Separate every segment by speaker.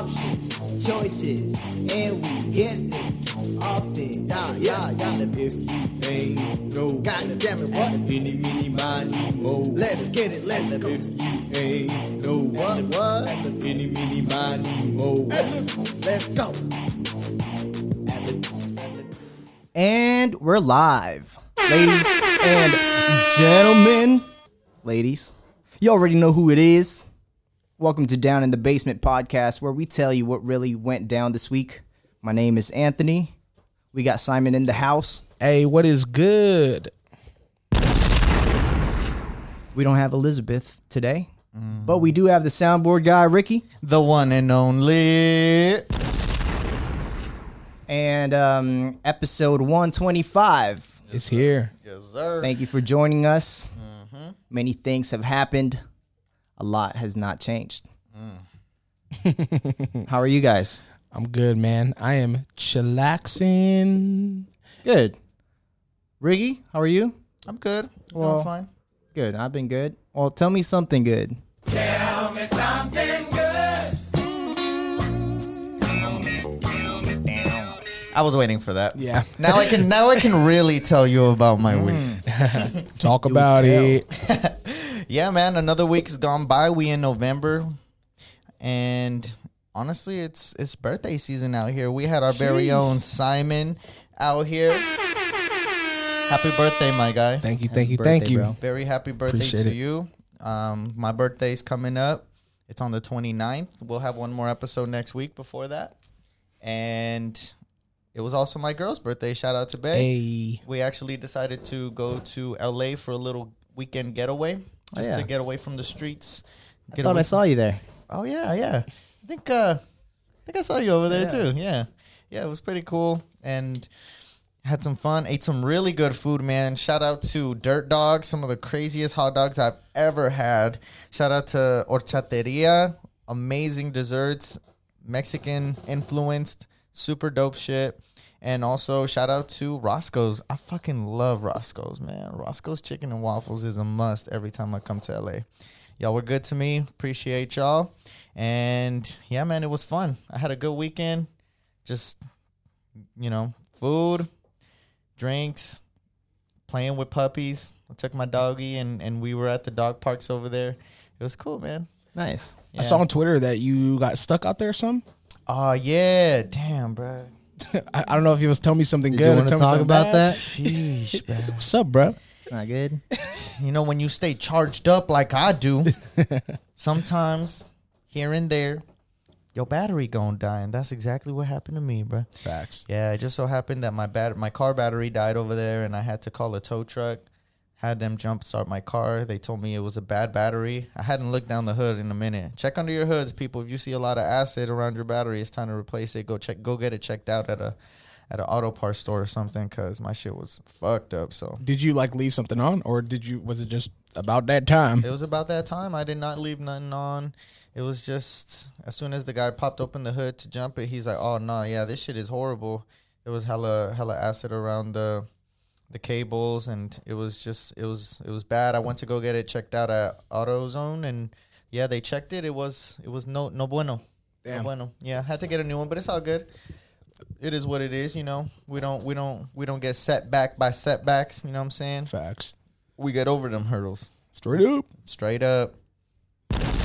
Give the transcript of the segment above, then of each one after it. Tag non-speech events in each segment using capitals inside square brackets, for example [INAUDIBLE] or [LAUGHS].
Speaker 1: options, choices, and we get them often. Yeah, yeah, yeah.
Speaker 2: And if you ain't no
Speaker 1: God damn it, what?
Speaker 2: any mini money mo.
Speaker 1: Let's get it, let's
Speaker 2: And
Speaker 1: go.
Speaker 2: if you ain't no
Speaker 1: What,
Speaker 2: what
Speaker 1: what?
Speaker 2: any mini money mo.
Speaker 1: Let's go. And we're live, ladies and gentlemen. Ladies, you already know who it is. Welcome to Down in the Basement podcast, where we tell you what really went down this week. My name is Anthony. We got Simon in the house.
Speaker 3: Hey, what is good?
Speaker 1: We don't have Elizabeth today, but we do have the soundboard guy, Ricky.
Speaker 3: The one and only.
Speaker 1: And um, episode 125
Speaker 3: It's here.
Speaker 2: Yes, sir.
Speaker 1: Thank you for joining us.
Speaker 2: Mm-hmm.
Speaker 1: Many things have happened. A lot has not changed. [LAUGHS]
Speaker 2: Mm. [LAUGHS]
Speaker 1: How are you guys?
Speaker 3: I'm good, man. I am chillaxing.
Speaker 1: Good. Riggy, how are you?
Speaker 2: I'm good.
Speaker 1: Well-
Speaker 2: I'm fine.
Speaker 1: Good. I've been good. Well, tell me something good.
Speaker 2: I was waiting for that.
Speaker 3: Yeah.
Speaker 2: [LAUGHS] Now I can now I can really tell you about my week.
Speaker 3: Talk about it.
Speaker 2: Yeah, man, another week's gone by. We in November. And honestly, it's it's birthday season out here. We had our very own Simon out here. Happy birthday, my guy.
Speaker 3: Thank you, thank you,
Speaker 1: birthday,
Speaker 3: thank you.
Speaker 1: bro.
Speaker 2: Very happy birthday
Speaker 3: Appreciate
Speaker 2: to
Speaker 3: it.
Speaker 2: you. Um, my birthday's coming up. It's on the 29th. We'll have one more episode next week before that. And it was also my girl's birthday. Shout out to Bay.
Speaker 3: Hey,
Speaker 2: We actually decided to go to LA for a little weekend getaway just
Speaker 1: Oh, yeah.
Speaker 2: to get away from the streets.
Speaker 1: I
Speaker 2: Get
Speaker 1: thought
Speaker 2: away
Speaker 1: I saw you there.
Speaker 2: Oh yeah, yeah. I think uh, I think I saw you over there too. Yeah, yeah. It was pretty cool and had some fun. Ate some really good food, man. Shout out to Dirt Dog, some of the craziest hot dogs I've ever had. Shout out to Orchateria, amazing desserts, Mexican influenced, super dope shit. And also shout out to Roscoe's. I fucking love Roscoe's, man. Roscoe's chicken and waffles is a must every time I come to LA y'all were good to me appreciate y'all and yeah man it was fun i had a good weekend just you know food drinks playing with puppies i took my doggy and and we were at the dog parks over there it was cool man
Speaker 1: Nice.
Speaker 2: yeah.
Speaker 3: I saw on Twitter that you got stuck out there or something.
Speaker 2: oh yeah damn bro
Speaker 3: I, I don't know if you was telling me something
Speaker 1: Did
Speaker 3: good
Speaker 1: you
Speaker 3: or
Speaker 1: want to
Speaker 3: tell
Speaker 1: talk
Speaker 3: me something
Speaker 1: about that?
Speaker 3: bad.
Speaker 2: sheesh bro
Speaker 3: What's up, bro?
Speaker 1: It's not good.
Speaker 2: [LAUGHS] you know when you stay charged up like i do
Speaker 3: [LAUGHS]
Speaker 2: sometimes here and there your battery gonna die and that's exactly what happened to me bro
Speaker 3: Facts.
Speaker 2: Yeah, it just so happened that my bat- my car battery died over there, and I had to call a tow truck. Had them jump start my car. They told me it was a bad battery. I hadn't looked down the hood in a minute. Check under your hoods, people. If you see a lot of acid around your battery, it's time to replace it. Go check. Go get it checked out at a at an auto parts store or something, cause my shit was fucked up. So
Speaker 3: Did you like leave something on, or did you? Was it just about that time?
Speaker 2: it was about that time. I did not leave nothing on. It was just as soon as the guy popped open the hood to jump it, he's like, "Oh no, yeah, this shit is horrible." It was hella hella acid around the the cables, and it was just it was it was bad. I went to go get it checked out at AutoZone, and yeah, they checked it. It was it was no no bueno, no
Speaker 3: Damn.
Speaker 2: bueno. Yeah, had to get a new one, but it's all good. It is what it is, you know. We don't we don't we don't get setback by setbacks. You know what I'm saying?
Speaker 3: Facts.
Speaker 2: We get over them hurdles
Speaker 3: Straight up.
Speaker 2: straight up.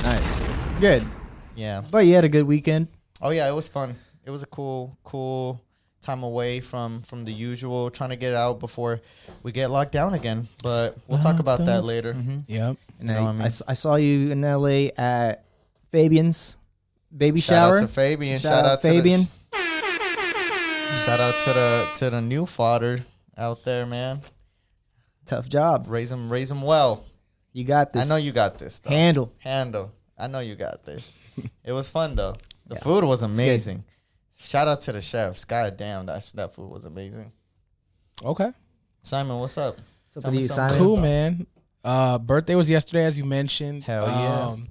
Speaker 1: Nice. Good.
Speaker 2: Yeah.
Speaker 1: But you had a good weekend.
Speaker 2: Oh yeah, it was fun. It was a cool, cool time away from from the usual. Trying to get out before we get locked down again. But we'll talk about that later.
Speaker 1: Mm-hmm.
Speaker 3: Yep.
Speaker 1: And
Speaker 2: You know
Speaker 1: I,
Speaker 2: what I mean?
Speaker 1: I s- I saw you in LA at Fabian's baby
Speaker 2: Shout
Speaker 1: shower.
Speaker 2: out to Fabian.
Speaker 1: Shout
Speaker 2: Shout,
Speaker 1: out
Speaker 2: out, to
Speaker 1: Fabian.
Speaker 2: The, shout out to the to the new fodder out there, man.
Speaker 1: Tough job.
Speaker 2: Raise them, raise them well.
Speaker 1: You got this.
Speaker 2: I know you got this. Though.
Speaker 1: handle.
Speaker 2: handle. I know you
Speaker 1: [LAUGHS]
Speaker 2: got this. it was fun though. The food was amazing. Shout out to the chefs. God damn, that sh- that food was amazing.
Speaker 3: Okay.
Speaker 2: Simon, what's up?
Speaker 1: What's up
Speaker 2: Tell
Speaker 1: with
Speaker 2: me
Speaker 1: you,
Speaker 2: something
Speaker 1: Simon?
Speaker 3: cool, man. Uh, birthday was yesterday, as you mentioned.
Speaker 2: Hell yeah.
Speaker 3: Um,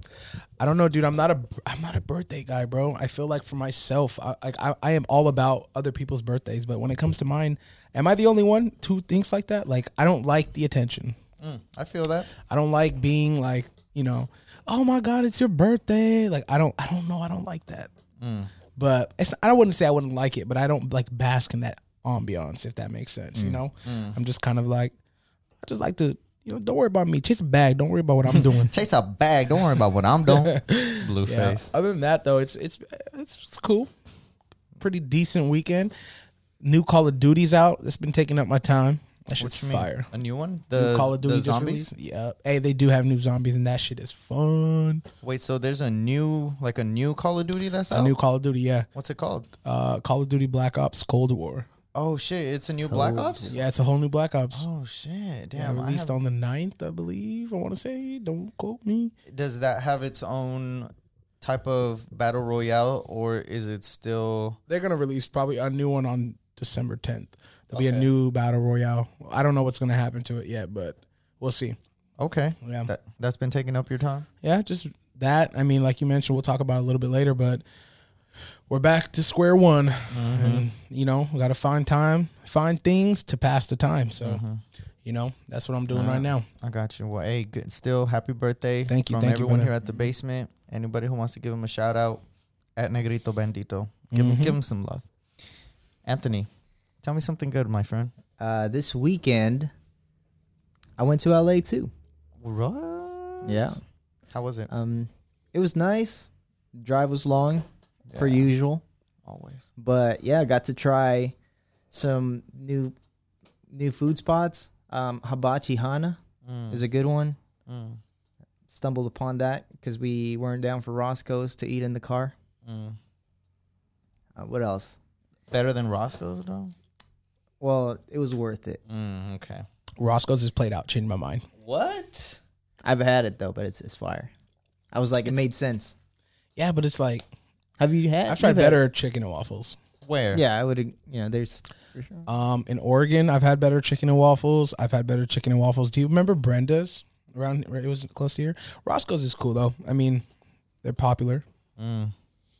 Speaker 3: I don't know, dude. I'm not a I'm not a birthday guy, bro. I feel like for myself, I, like I, I am all about other people's birthdays, but when it comes to mine, am I the only one who thinks like that? Like I don't like the attention.
Speaker 2: Mm, I feel that.
Speaker 3: I don't like being like you know "Oh my god, it's your birthday." Like I don't I don't know, I don't like that. Mm. But it's I wouldn't say I wouldn't like it, but I don't like bask in that ambiance if that makes sense, you know? I'm just kind of like I just like to you know, don't worry about me. Chase a bag. Don't worry about what I'm [LAUGHS] doing.
Speaker 2: Chase a bag. Don't worry about what
Speaker 3: [LAUGHS]
Speaker 2: I'm doing. Blue
Speaker 3: Yeah.
Speaker 2: face.
Speaker 3: Other than that, though, it's it's it's, it's cool. Pretty decent weekend. New Call of Duty's out. That's been taking up my time. That shit's
Speaker 2: What you mean?
Speaker 3: fire.
Speaker 2: A new one?
Speaker 3: New
Speaker 2: The,
Speaker 3: Call of Duty
Speaker 2: the
Speaker 3: just
Speaker 2: zombies?
Speaker 3: released. Yeah. Hey, they do have new zombies, and that shit is fun.
Speaker 2: Wait, so there's a new like a new Call of Duty that's out?
Speaker 3: A new Call of Duty, yeah.
Speaker 2: What's it called?
Speaker 3: Uh, Call of Duty Black Ops Cold War.
Speaker 2: Oh shit, it's a new Black Ops?
Speaker 3: Yeah, it's a whole new Black Ops.
Speaker 2: Oh shit.
Speaker 3: Yeah,
Speaker 2: Damn. I
Speaker 3: released
Speaker 2: have-
Speaker 3: on the 9th, I believe. I want to say. Don't quote me.
Speaker 2: does that have its own type of battle royale or is it still
Speaker 3: They're gonna release probably a new one on December 10th. There'll be a
Speaker 2: Okay.
Speaker 3: new battle royale. I don't know what's gonna happen to it yet, but we'll see.
Speaker 2: Okay.
Speaker 3: Yeah.
Speaker 2: That that's been taking up your time?
Speaker 3: yeah, just that. I mean, like you mentioned, we'll talk about it a little bit later, but we're back to square one,
Speaker 2: Mm-hmm.
Speaker 3: and you know, we got to find time, find things to pass the time. So,
Speaker 2: Mm-hmm.
Speaker 3: you know, that's what I'm doing right now.
Speaker 2: I got you. Well, hey, good. still happy birthday.
Speaker 3: Thank you,
Speaker 2: From
Speaker 3: thank you,
Speaker 2: everyone
Speaker 3: brother.
Speaker 2: here at the basement. Anybody who wants to give him a shout out at Negrito Bandito, give,
Speaker 3: Mm-hmm.
Speaker 2: him, give him some love. Anthony, tell me something good, my friend.
Speaker 1: Uh, this weekend, I went to LA too.
Speaker 2: What?
Speaker 1: Yeah.
Speaker 2: How was it?
Speaker 1: Um, it was nice. Drive was long, per
Speaker 2: Yeah,
Speaker 1: usual.
Speaker 2: Always.
Speaker 1: But yeah, I got to try some new new food spots. Um, Hibachi Hana
Speaker 2: Mm,
Speaker 1: is a good one.
Speaker 2: mm,
Speaker 1: Stumbled upon that because we weren't down for Roscoe's to eat in the car.
Speaker 2: mm.
Speaker 1: Uh, what else?
Speaker 2: Better than Roscoe's, though?
Speaker 1: Well, it was worth it.
Speaker 2: Mm, okay.
Speaker 3: Roscoe's is played out, changed my mind.
Speaker 2: What?
Speaker 1: I've had it though, but it's it's fire. I was like, it made sense.
Speaker 3: Yeah, but it's like
Speaker 1: Have you had?
Speaker 3: I've tried
Speaker 1: you've had-
Speaker 3: better chicken and waffles.
Speaker 2: Where?
Speaker 1: Yeah, I would. You know, there's. For sure.
Speaker 3: Um, in Oregon, I've had better chicken and waffles. I've had better chicken and waffles. Do you remember Brenda's? Around it was close to here. Roscoe's is cool though. I mean, they're popular.
Speaker 2: Mm.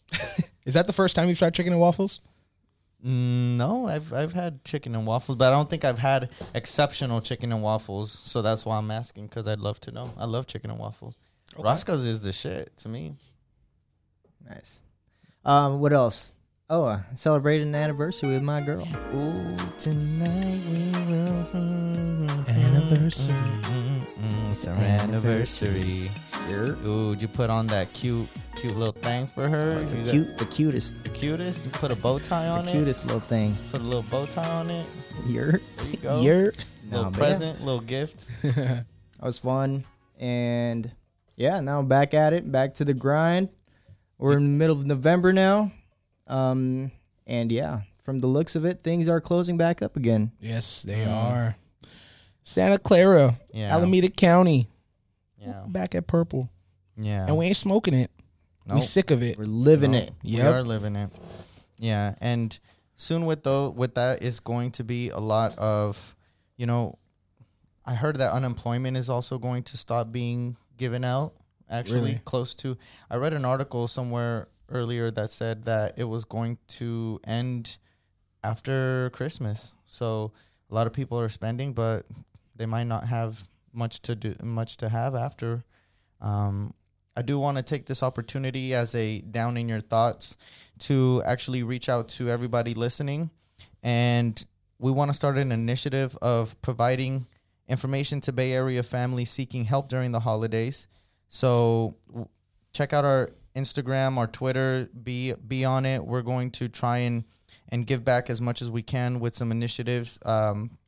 Speaker 3: [LAUGHS] Is that the first time you've tried chicken and waffles?
Speaker 2: Mm, no, I've I've had chicken and waffles, but I don't think I've had exceptional chicken and waffles. So that's why I'm asking because I'd love to know. I love chicken and waffles. Roscoe's is the shit to me.
Speaker 1: Nice. Um, what else? Oh, I celebrated an anniversary with my girl.
Speaker 2: Ooh, tonight we will.
Speaker 3: Anniversary.
Speaker 2: mm, It's our anniversary. Ooh, did you put on that cute, cute little thing for her? You got
Speaker 1: Cute, the cutest,
Speaker 2: The cutest. You put a bow tie
Speaker 1: the
Speaker 2: on it.
Speaker 1: cutest little thing.
Speaker 2: Put a little bow tie on it.
Speaker 1: Here,
Speaker 2: There you go.
Speaker 3: Yer.
Speaker 2: Little
Speaker 1: Nah, but yeah.
Speaker 2: present, little gift.
Speaker 1: That was fun, and yeah, now I'm back at it, back to the grind. We're in the middle of November now, um, and yeah, from the looks of it, things are closing back up again.
Speaker 3: Yes, they are. Santa Clara,
Speaker 2: Mm. Yeah.
Speaker 3: Alameda County,
Speaker 2: Yeah.
Speaker 3: back at Purple,
Speaker 2: Yeah.
Speaker 3: and we ain't smoking it. We
Speaker 2: Nope.
Speaker 3: sick of it.
Speaker 1: We're living
Speaker 2: No,
Speaker 1: it.
Speaker 3: Yep.
Speaker 2: We are living it. Yeah, and soon with though with that is going to be a lot of, you know, I heard that unemployment is also going to stop being given out. Actually,
Speaker 3: Really?
Speaker 2: close to. I read an article somewhere earlier that said that it was going to end after Christmas. So a lot of people are spending, but they might not have much to do, much to have after. Um, I do want to take this opportunity as a down in your thoughts to actually reach out to everybody listening. And we want to start an initiative of providing information to Bay Area families seeking help during the holidays. So w- check out our Instagram, our Twitter, be be on it. We're going to try and and give back as much as we can with some initiatives. Um,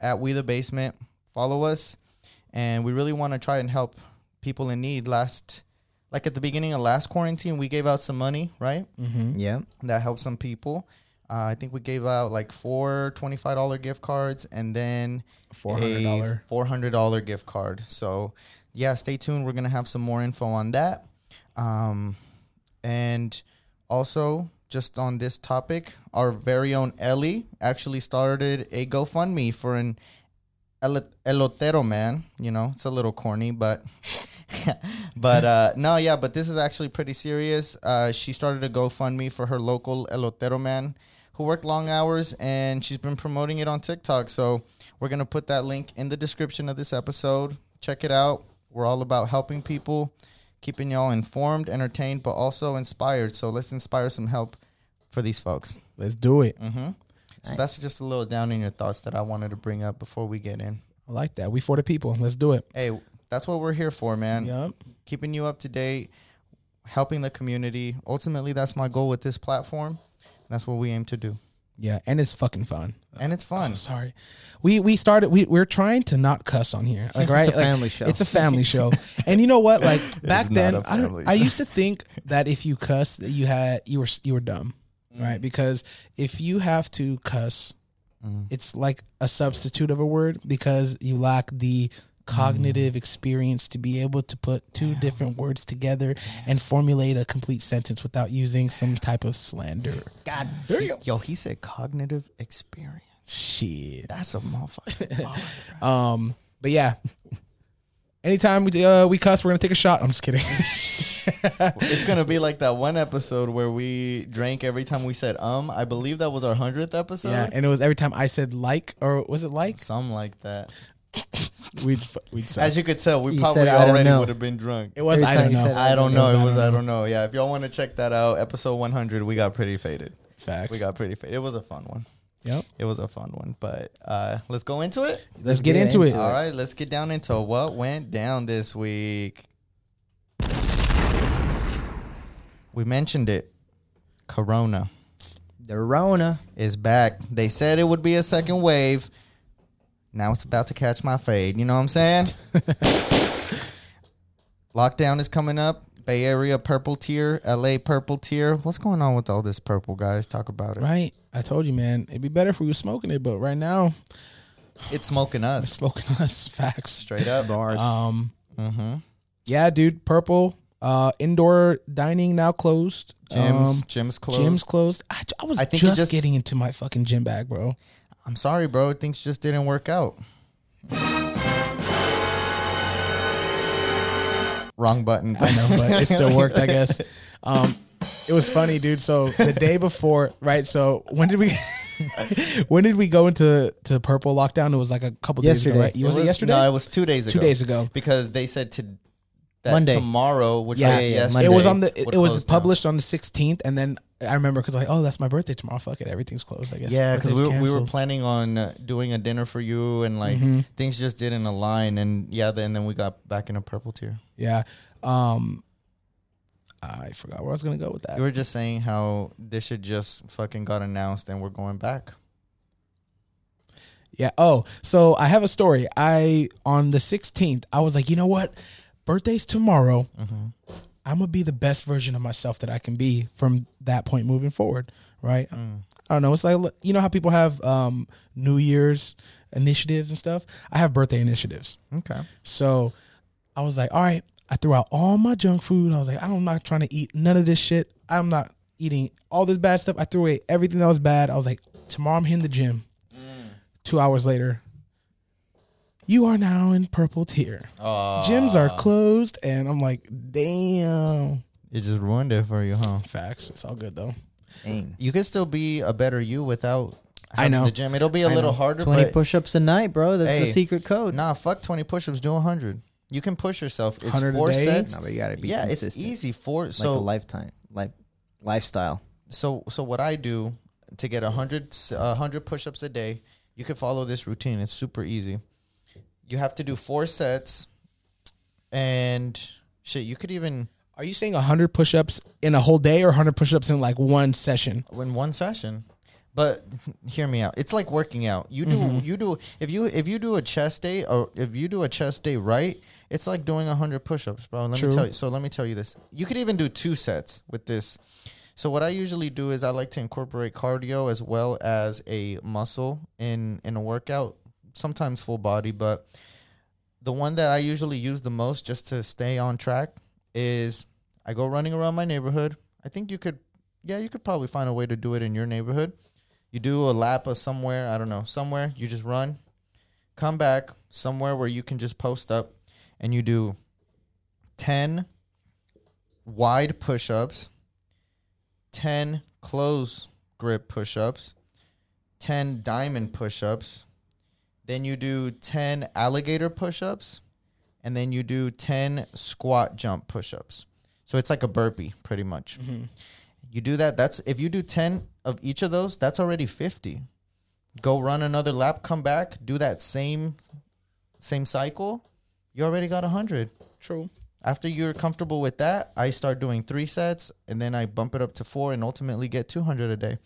Speaker 2: at We the Basement, follow us, and we really want to try and help people in need. Last, like at the beginning of last quarantine, we gave out some money, right? Mm-hmm.
Speaker 1: Yeah,
Speaker 2: that helped some people. Uh, I think we gave out like four $25 gift cards and then
Speaker 3: Four hundred dollar.
Speaker 2: a $400 gift card. So, yeah, stay tuned. We're going to have some more info on that. Um, and also, just on this topic, our very own Ellie actually started a GoFundMe for an el- elotero man. You know, it's a little corny, but but uh, no, yeah, but this is actually pretty serious. Uh, she started a GoFundMe for her local elotero man who worked long hours, and she's been promoting it on TikTok. So we're gonna put that link in the description of this episode. Check it out. We're all about helping people. keeping y'all informed, entertained, but also inspired. So let's inspire some help for these folks.
Speaker 3: Let's do it.
Speaker 2: Mm. So that's just a little down in your thoughts that I wanted to bring up before we get in.
Speaker 3: I like that. We for the people. Let's do it.
Speaker 2: Hey, that's what we're here for, man.
Speaker 3: Yup.
Speaker 2: Keeping you up to date, helping the community. Ultimately, that's my goal with this platform. That's what we aim to do.
Speaker 3: Yeah, and it's fucking fun.
Speaker 2: And it's fun.
Speaker 3: Sorry, we we started. We we're trying to not cuss on here.
Speaker 2: [LAUGHS]
Speaker 3: Like right, Like,
Speaker 1: family show.
Speaker 3: It's a family show, and you know what? Like back
Speaker 2: not
Speaker 3: then,
Speaker 2: a
Speaker 3: I,
Speaker 2: family
Speaker 3: don't- I used to think that if you cuss, that you had you were you were dumb,
Speaker 2: Mm.
Speaker 3: right? Because if you have to cuss,
Speaker 2: Mm.
Speaker 3: it's like a substitute of a word because you lack the cognitive
Speaker 2: Mm.
Speaker 3: experience to be able to put two different words together and formulate a complete sentence without using some type of slander.
Speaker 2: God, yo, he said cognitive experience.
Speaker 3: Shit.
Speaker 2: That's a motherfucker.
Speaker 3: Um, but yeah. Anytime we uh, we cuss, we're gonna take a shot. I'm just kidding.
Speaker 2: [LAUGHS] it's gonna be like that one episode where we drank every time we said um. I believe that was our hundredth episode.
Speaker 3: [LAUGHS] [LAUGHS] yeah, and it was every time I said like or was it like
Speaker 2: Some like that.
Speaker 3: [LAUGHS] we'd f- we'd say
Speaker 2: As you could tell, we
Speaker 1: You
Speaker 2: probably
Speaker 1: said, "I don't
Speaker 2: already
Speaker 1: know."
Speaker 2: would have been drunk.
Speaker 3: it was
Speaker 1: every
Speaker 3: I
Speaker 1: time
Speaker 3: don't
Speaker 1: you
Speaker 3: know.
Speaker 1: said,
Speaker 2: I don't
Speaker 3: It
Speaker 2: know.
Speaker 3: was,
Speaker 2: It was I don't know. Yeah, if y'all want to check that out, episode 100, we got pretty faded.
Speaker 3: Facts.
Speaker 2: We got pretty faded. It was a fun one.
Speaker 3: Yep.
Speaker 2: It was a fun one. But uh, let's go into it.
Speaker 3: Let's, get, into, it.
Speaker 2: All right, let's get down into what went down this week. We mentioned it. Corona
Speaker 1: The Rona.
Speaker 2: is back. They said it would be a second wave. Now it's about to catch my fade. You know what
Speaker 3: [LAUGHS]
Speaker 2: I'm saying? Lockdown is coming up. Bay Area purple tier, LA purple tier. What's going on with all this purple, guys? Talk about it.
Speaker 3: Right. I told you, man. It'd be better if we were smoking it, but right now, [LAUGHS]
Speaker 2: It's smoking
Speaker 3: it's
Speaker 2: us
Speaker 3: smoking us facts.
Speaker 2: straight up.
Speaker 1: Bars.
Speaker 3: Um.
Speaker 2: Mm-hmm.
Speaker 3: Yeah, dude. Purple. Uh, indoor dining now closed.
Speaker 2: Gyms,
Speaker 3: Um,
Speaker 2: gyms closed.
Speaker 3: Gyms closed. I, I was
Speaker 2: I think it
Speaker 3: just,
Speaker 2: just-
Speaker 3: getting into my fucking gym bag, bro.
Speaker 2: I'm sorry, bro. Things just didn't work out. Wrong button.
Speaker 3: I know, but it still worked,
Speaker 2: [LAUGHS]
Speaker 3: I guess. Um, it was funny, dude. So the
Speaker 2: [LAUGHS]
Speaker 3: day before, right? So when did we? [LAUGHS] when did we go into to purple lockdown? It was like a couple
Speaker 1: Yesterday.
Speaker 3: days ago, right? Was it, yesterday?
Speaker 2: No, it was two days ago.
Speaker 3: Two days ago.
Speaker 2: because they said to that
Speaker 1: Monday.
Speaker 2: tomorrow, which
Speaker 3: Yeah,
Speaker 2: was
Speaker 1: yeah,
Speaker 2: yesterday,
Speaker 1: Monday.
Speaker 3: it was on the. It,
Speaker 2: would
Speaker 3: it
Speaker 2: close
Speaker 3: was
Speaker 2: down.
Speaker 3: published on the 16th, and then I remember because like, oh, that's my birthday tomorrow. Fuck it, everything's closed. I guess.
Speaker 2: Yeah, because
Speaker 3: Birthday's
Speaker 2: we, were- we were
Speaker 3: canceled. Mm-hmm.
Speaker 2: planning on uh, doing a dinner for you, and like things just didn't align, and yeah, then then we got back in a purple tier.
Speaker 3: Yeah. Um, I forgot where I was gonna go with that.
Speaker 2: You were just saying how this shit just fucking got announced, and we're going back.
Speaker 3: Yeah. Oh, so I have a story. I on the 16th, I was like, you know what? Birthday's tomorrow. I'm gonna be the best version of myself that I can be from that point moving forward. Right. I don't know. It's like you know how people have um, New Year's initiatives and stuff. I have birthday initiatives.
Speaker 2: Okay,
Speaker 3: So I was like, all right. I threw out all my junk food. I was like, I'm not trying to eat none of this shit. I'm not eating all this bad stuff. I threw away everything that was bad. I was like, tomorrow I'm hitting the gym. Two hours later, you are now in purple tier. Gyms are closed. And I'm like, damn.
Speaker 2: it just ruined it for you, huh?
Speaker 3: Facts. It's all good though.
Speaker 1: Dang.
Speaker 2: You could still be a better you without.
Speaker 3: I
Speaker 2: having
Speaker 3: know.
Speaker 2: the gym. It'll be a
Speaker 3: I
Speaker 2: little
Speaker 3: know.
Speaker 2: harder,
Speaker 1: 20
Speaker 2: but
Speaker 1: push ups a night, bro. That's the
Speaker 2: Hey.
Speaker 1: secret code.
Speaker 2: nah, fuck twenty push-ups, do hundred. You can push yourself. It's
Speaker 3: 100 a
Speaker 2: four
Speaker 3: day?
Speaker 2: sets.
Speaker 1: No, but you gotta be
Speaker 2: yeah, it's
Speaker 1: consistent.
Speaker 2: easy. Four.
Speaker 1: Like a
Speaker 2: So
Speaker 1: lifetime, life, lifestyle.
Speaker 2: so so what I do to get 100 s- uh, 100 push-ups a day, you can follow this routine. It's super easy. You have to do four sets and shit, you could even
Speaker 3: Are you saying 100 push ups in a whole day or 100 push ups in like one session?
Speaker 2: in one session. But [LAUGHS] hear me out. It's like working out. You do you do if you if you do a chest day or if you do a chest day right, it's like doing 100 push-ups, bro. Let
Speaker 3: True.
Speaker 2: me tell you. So let me tell you this. You could even do two sets with this. So what I usually do is I like to incorporate cardio as well as a muscle in in a workout, sometimes full body, but the one that I usually use the most just to stay on track is I go running around my neighborhood. I think you could yeah, you could probably find a way to do it in your neighborhood. You do a lap of somewhere, I don't know, somewhere, you just run, come back somewhere where you can just post up and you do 10 wide push ups, 10 close grip push ups, 10 diamond push ups, then you do 10 alligator push ups, and then you do 10 squat jump push-ups. So it's like a burpee pretty much. You do that, that's if you do 10 of each of those, that's already 50. Go run another lap, come back, do that same same cycle, you already got 100.
Speaker 3: True.
Speaker 2: After you're comfortable with that, I start doing three sets, and then I bump it up to four, and ultimately get 200 a day.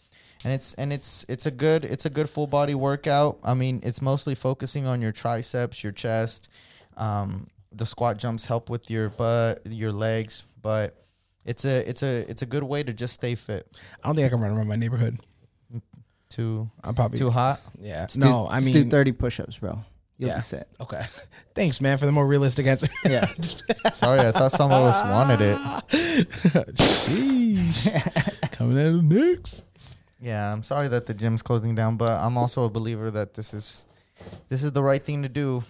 Speaker 2: And it's and it's it's a good it's a good full body workout. I mean, it's mostly focusing on your triceps, your chest. Um, the squat jumps help with your butt, your legs, but it's a it's a it's a good way to just stay fit.
Speaker 3: I don't think I can run around my neighborhood.
Speaker 2: Too
Speaker 3: I'm probably
Speaker 2: too hot.
Speaker 3: yeah.
Speaker 1: Let's do-
Speaker 3: No, I
Speaker 1: let's do
Speaker 3: mean
Speaker 1: 30 push-ups, bro. You'll
Speaker 3: Yeah.
Speaker 1: be set.
Speaker 3: Okay. [LAUGHS] Thanks, man, for the more realistic
Speaker 2: [LAUGHS]
Speaker 3: answer.
Speaker 1: Yeah.
Speaker 2: Sorry, I thought some of us wanted it. [LAUGHS]
Speaker 3: Sheesh. Coming out of Knicks.
Speaker 2: Yeah, I'm sorry that the gym's closing down, but I'm also a believer that this is this is the right thing to do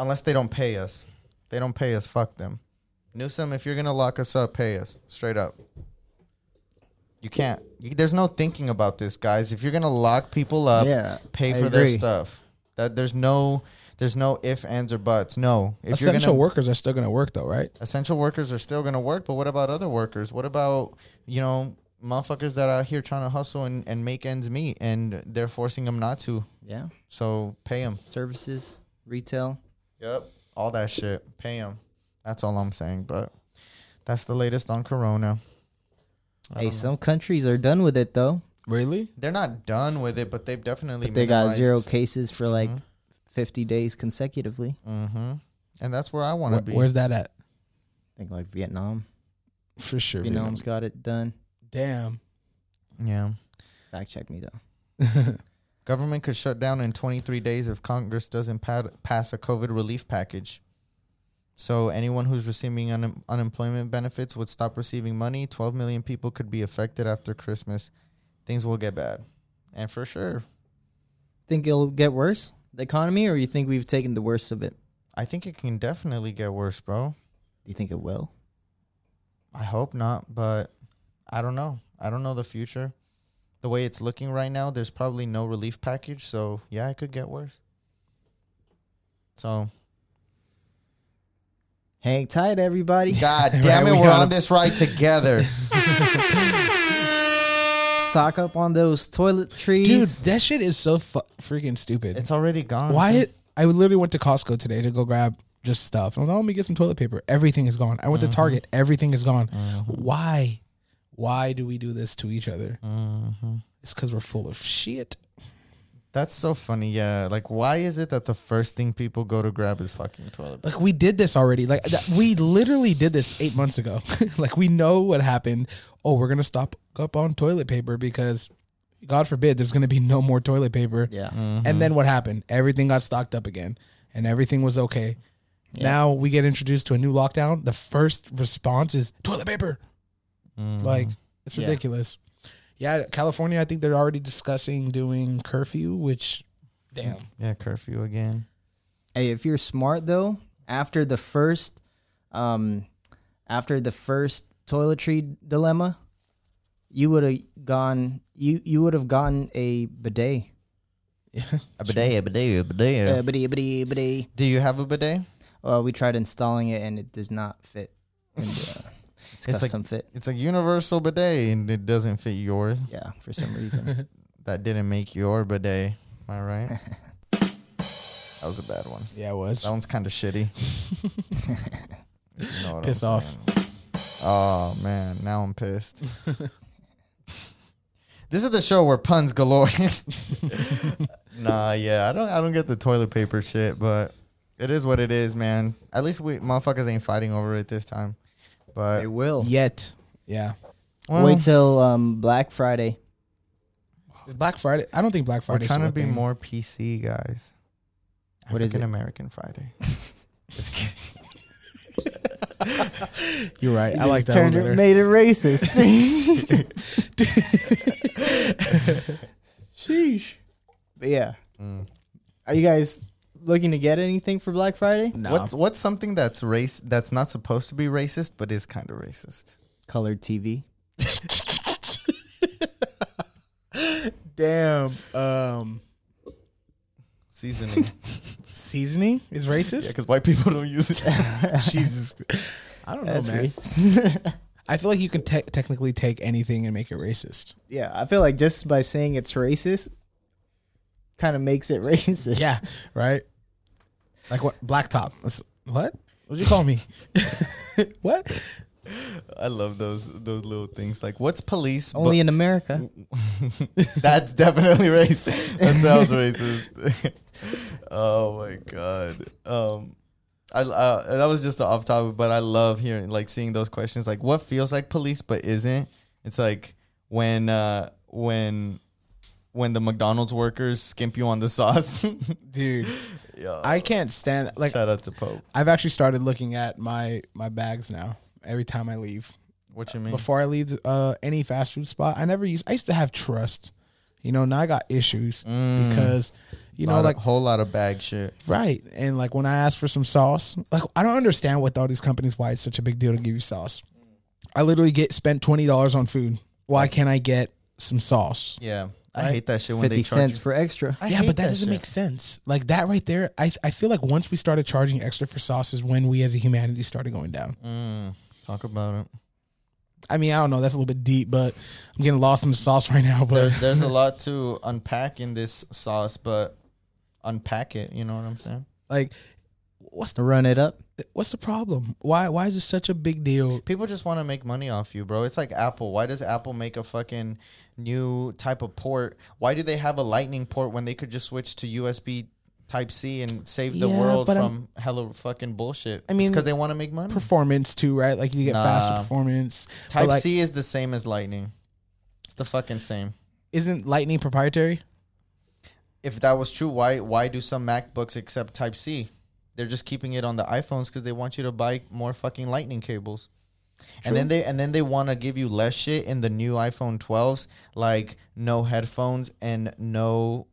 Speaker 2: unless they don't pay us. They don't pay us, fuck them. Newsom, if you're going to lock us up, pay us straight up. You can't. You, there's no thinking about this, guys. If you're going to lock people up,
Speaker 1: Yeah,
Speaker 2: pay
Speaker 1: I
Speaker 2: for their
Speaker 1: agree.
Speaker 2: stuff. That there's no there's no if, ands or buts. No. If you're
Speaker 3: Essential
Speaker 2: gonna,
Speaker 3: workers are still going to work, though, right?
Speaker 2: essential workers are still going to work, but what about other workers? What about, you know, motherfuckers that are out here trying to hustle and, and make ends meet and they're forcing them not to?
Speaker 1: Yeah.
Speaker 2: So pay them.
Speaker 1: Services, retail.
Speaker 2: Yep. All that shit. Pay them. That's all I'm saying, but that's the latest on Corona. I
Speaker 1: Hey,
Speaker 2: don't know.
Speaker 1: some countries are done with it though.
Speaker 3: Really?
Speaker 2: They're not done with it, but they've definitely
Speaker 1: But they got zero
Speaker 2: minimized-
Speaker 1: cases for like
Speaker 3: Mm-hmm.
Speaker 1: 50 days consecutively.
Speaker 2: Mhm. And that's where I want to be.
Speaker 3: where's that at?
Speaker 1: I think like Vietnam.
Speaker 3: For sure.
Speaker 1: Vietnam's got it done.
Speaker 3: Damn.
Speaker 2: yeah.
Speaker 1: Fact check me though.
Speaker 2: Government could shut down in 23 days if Congress doesn't pa- pass a COVID relief package. So anyone who's receiving un- unemployment benefits would stop receiving money. 12 million people could be affected after Christmas. Things will get bad. And for sure,
Speaker 1: Think it'll get worse, the economy, or you think we've taken the worst of it?
Speaker 2: I think it can definitely get worse, bro.
Speaker 1: Do you think it will?
Speaker 2: I hope not, but I don't know. I don't know the future. The way it's looking right now, there's probably no relief package, so yeah, it could get worse. So
Speaker 1: Hang tight, everybody.
Speaker 2: [LAUGHS] God
Speaker 3: Right,
Speaker 2: damn it,
Speaker 3: we
Speaker 2: we are
Speaker 3: gotta-
Speaker 2: on this ride together.
Speaker 1: Stock up on those toiletries.
Speaker 3: Dude, that shit is so fu- freaking stupid.
Speaker 2: [LAUGHS] It's already gone.
Speaker 3: Why it? I literally went to Costco today to go grab just stuff. I was like, "Oh, let me get some toilet paper. Everything is gone. I went
Speaker 2: Mm-hmm.
Speaker 3: to Target. Everything is gone. Why? Why do we do this to each other?
Speaker 2: Mm-hmm.
Speaker 3: It's because we're full of shit.
Speaker 2: That's so funny. Yeah. Like, why is it that the first thing people go to grab is fucking toilet paper?
Speaker 3: Like we did this already. Like that, we literally did this eight months ago. [LAUGHS] like we know what happened. Oh, we're gonna stop up on toilet paper because, God forbid, there's gonna be no more toilet paper.
Speaker 1: Yeah.
Speaker 3: And then what happened? Everything got stocked up again, and everything was okay. Now we get introduced to a new lockdown. The first response is toilet paper.
Speaker 2: Mm.
Speaker 3: Like it's
Speaker 1: Yeah.
Speaker 3: ridiculous. Yeah, California. I think they're already discussing doing curfew. Which, damn,
Speaker 2: Yeah, curfew again.
Speaker 1: Hey, if you're smart though, after the first, um, after the first toiletry dilemma, you would have gone. You you would have gotten a bidet.
Speaker 2: A bidet, a bidet, a bidet.
Speaker 1: Uh, bidet, bidet, bidet.
Speaker 2: Do you have a bidet?
Speaker 1: Uh, we tried installing it and it does not fit. And, [LAUGHS] uh, it's,
Speaker 2: like-
Speaker 1: custom fit.
Speaker 2: It's a universal bidet and it doesn't fit yours.
Speaker 1: Yeah, for some reason.
Speaker 2: That didn't make your bidet. Am I right? that was a bad one.
Speaker 3: yeah, it was.
Speaker 2: That one's kind of shitty. If you know what
Speaker 3: Piss
Speaker 2: I'm
Speaker 3: off.
Speaker 2: saying. Oh man, now I'm
Speaker 3: [LAUGHS]
Speaker 2: pissed. this is the show where puns galore. [LAUGHS] nah, yeah, I don't, I don't get the toilet paper shit, but it is what it is, man. At least we motherfuckers ain't fighting over it this time.
Speaker 1: [LAUGHS]
Speaker 2: But
Speaker 1: it will.
Speaker 3: Yet, yeah.
Speaker 2: well,
Speaker 1: Wait till um, Black Friday.
Speaker 3: Black Friday. I don't think Black
Speaker 2: we're
Speaker 3: Friday.
Speaker 2: trying to be more PC, guys.
Speaker 1: What is it?
Speaker 2: African
Speaker 3: [LAUGHS]
Speaker 2: American Friday. Just kidding.
Speaker 3: You're right. I
Speaker 2: [LAUGHS]
Speaker 1: Just
Speaker 3: like that one
Speaker 1: turned it,
Speaker 3: better.
Speaker 1: made it racist. Sheesh. But yeah.
Speaker 2: Mm.
Speaker 1: Are you guys looking to get anything for Black Friday?
Speaker 3: Nah.
Speaker 2: What's what's something that's race that's not supposed to be racist but is kind of racist?
Speaker 1: Colored TV.
Speaker 3: Damn. Um.
Speaker 2: Seasoning.
Speaker 3: [LAUGHS] seasoning is racist.
Speaker 2: because white people don't use it. [LAUGHS]
Speaker 3: Jesus, I don't know,
Speaker 1: That's
Speaker 3: man.
Speaker 2: [LAUGHS]
Speaker 1: racist.
Speaker 3: I feel like you can te- technically take anything and make it [LAUGHS] racist.
Speaker 1: [LAUGHS] yeah, I feel like just by saying it's racist, kind of makes it [LAUGHS] racist.
Speaker 3: Yeah, right. Like what? Blacktop. That's, what? What'd you call me? [LAUGHS] what?
Speaker 2: I love those those little things. Like, what's police?
Speaker 1: only in America.
Speaker 2: but- that's definitely
Speaker 3: [LAUGHS]
Speaker 2: racist. That sounds racist. [LAUGHS] oh my god. Um, I uh, that was just off topic, but I love hearing like seeing those questions. Like, what feels like police but isn't? It's like when uh when when the McDonald's workers skimp you on the sauce. [LAUGHS]
Speaker 3: Dude,
Speaker 2: Yo,
Speaker 3: I can't stand like
Speaker 2: shout out to Pope.
Speaker 3: I've actually started looking at my my bags now every time I leave.
Speaker 2: What you mean?
Speaker 3: Before I leave uh, any fast food spot, I never used I used to have trust. You know, now I got issues because you know
Speaker 2: Lot of-
Speaker 3: like
Speaker 2: whole lot of bag shit.
Speaker 3: Right. And like when I asked for some sauce, like I don't understand what all these companies why it's such a big deal to give you sauce. I literally get spent twenty dollars on food. Why can't I get some sauce?
Speaker 2: Yeah, I hate that shit when they
Speaker 1: Fifty
Speaker 2: charge
Speaker 1: cents for extra.
Speaker 2: I
Speaker 3: yeah,
Speaker 2: hate
Speaker 3: but that, doesn't
Speaker 2: shit.
Speaker 3: make sense. Like that right there, I I feel like once we started charging extra for sauce is when we as a humanity started going down.
Speaker 2: Mm, talk about it.
Speaker 3: I mean, I don't know, that's a little bit deep, but I'm getting lost in the sauce [LAUGHS] right now. But
Speaker 2: There's, there's a lot to unpack in this sauce, but unpack it. You know what I'm saying?
Speaker 3: like what's the
Speaker 1: Run it up.
Speaker 3: what's the problem? Why why is this such a big deal?
Speaker 2: People just want to make money off you, bro. It's like Apple. Why does Apple make a fucking new type of port? Why do they have a Lightning port when they could just switch to USB Type C and save the
Speaker 3: Yeah,
Speaker 2: world
Speaker 3: but
Speaker 2: from hella fucking bullshit?
Speaker 3: I mean,
Speaker 2: because they want to make money.
Speaker 3: Performance too, right? Like you get
Speaker 2: Nah.
Speaker 3: faster performance. but,
Speaker 2: Type
Speaker 3: like,
Speaker 2: C is the same as Lightning. It's the fucking same.
Speaker 3: isn't Lightning proprietary?
Speaker 2: if that was true, why why do some MacBooks accept Type C? They're just keeping it on the iPhones because they want you to buy more fucking Lightning cables. And then they and then they want to give you less shit in the new iPhone 12s, like no headphones and no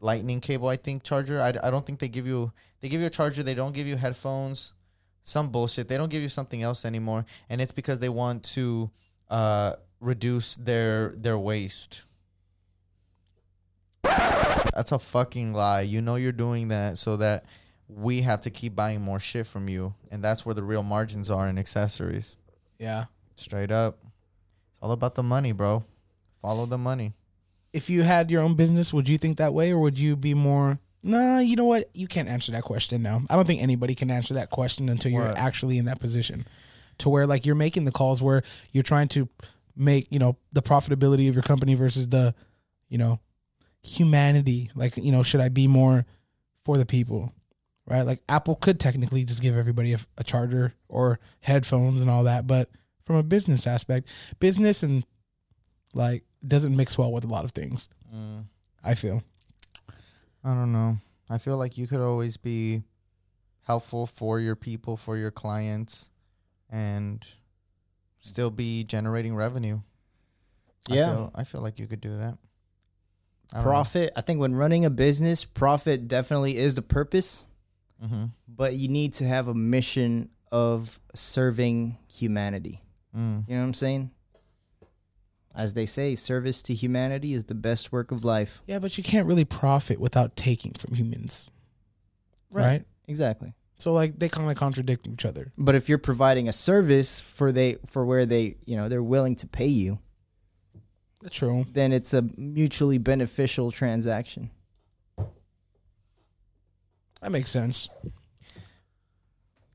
Speaker 2: Lightning cable. I think charger. I, I don't think they give you they give you a charger. They don't give you headphones. Some bullshit. They don't give you something else anymore, and it's because they want to uh, reduce their their waste. That's a fucking lie. You know you're doing that so that we have to keep buying more shit from you, and that's where the real margins are in accessories.
Speaker 3: Yeah.
Speaker 2: Straight up, it's all about the money, bro. Follow the money.
Speaker 3: If you had your own business, would you think that way or would you be more Nah, you know what? You can't answer that question now. I don't think anybody can answer that question until you're
Speaker 2: Right.
Speaker 3: actually in that position. To where like you're making the calls where you're trying to make, you know, the profitability of your company versus the, you know, humanity. Like, you know, should I be more for the people? Right? Like Apple could technically just give everybody a, a charger or headphones and all that, but from a business aspect, business and like doesn't mix well with a lot of things.
Speaker 2: Mm,
Speaker 3: I feel
Speaker 2: I don't know. I feel like you could always be helpful for your people, for your clients, and still be generating revenue.
Speaker 1: Yeah.
Speaker 2: I feel, I feel like you could do that. I don't know.
Speaker 1: Profit. I think when running a business, profit definitely is the purpose,
Speaker 2: Mhm.
Speaker 1: but you need to have a mission of serving humanity.
Speaker 2: Mm.
Speaker 1: You know what I'm saying? As they say, service to humanity is the best work of life.
Speaker 3: yeah, but you can't really profit without taking from humans, right?
Speaker 1: Exactly.
Speaker 3: So like they kind of contradict each other.
Speaker 1: But if you're providing a service for they for where they, you know, they're willing to pay you,
Speaker 3: True.
Speaker 1: then it's a mutually beneficial transaction.
Speaker 3: That makes sense.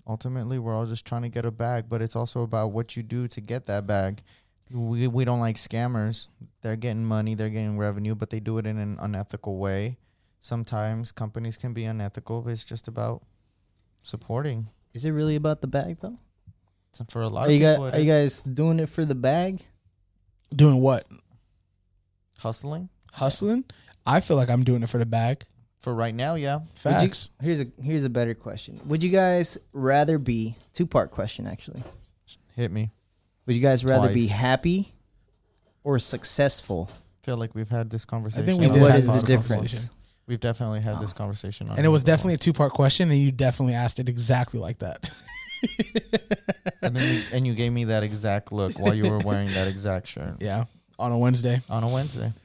Speaker 2: ultimately we're all just trying to get a bag but it's also about what you do to get that bag we, we don't like scammers they're getting money they're getting revenue but they do it in an unethical way sometimes companies can be unethical but it's just about supporting
Speaker 1: Is it really about the bag though?
Speaker 2: so for a lot
Speaker 1: Are
Speaker 2: of
Speaker 1: you guys
Speaker 2: people it
Speaker 1: are you guys
Speaker 2: is.
Speaker 1: doing it for the bag?
Speaker 3: Doing what?
Speaker 2: hustling
Speaker 3: Hustling? I feel like I'm doing it for the bag.
Speaker 2: for right now yeah
Speaker 1: Would you-
Speaker 3: Facts.
Speaker 1: here's a here's a better question. Would you guys rather be two part question actually?
Speaker 2: hit me
Speaker 1: Would you guys rather be
Speaker 2: Twice.
Speaker 1: happy or successful?
Speaker 2: feel like we've had this conversation
Speaker 3: we
Speaker 2: on
Speaker 1: And
Speaker 3: did
Speaker 1: what
Speaker 3: have
Speaker 1: is
Speaker 3: this
Speaker 1: the
Speaker 2: podcast.
Speaker 1: difference?
Speaker 2: we've definitely had this conversation on
Speaker 3: And it was
Speaker 2: here before.
Speaker 3: definitely a two part question, and you definitely asked it exactly like that.
Speaker 2: and, then you, and you gave me that exact look while you were wearing that exact shirt
Speaker 3: yeah. On a Wednesday.
Speaker 2: on a wednesday [LAUGHS]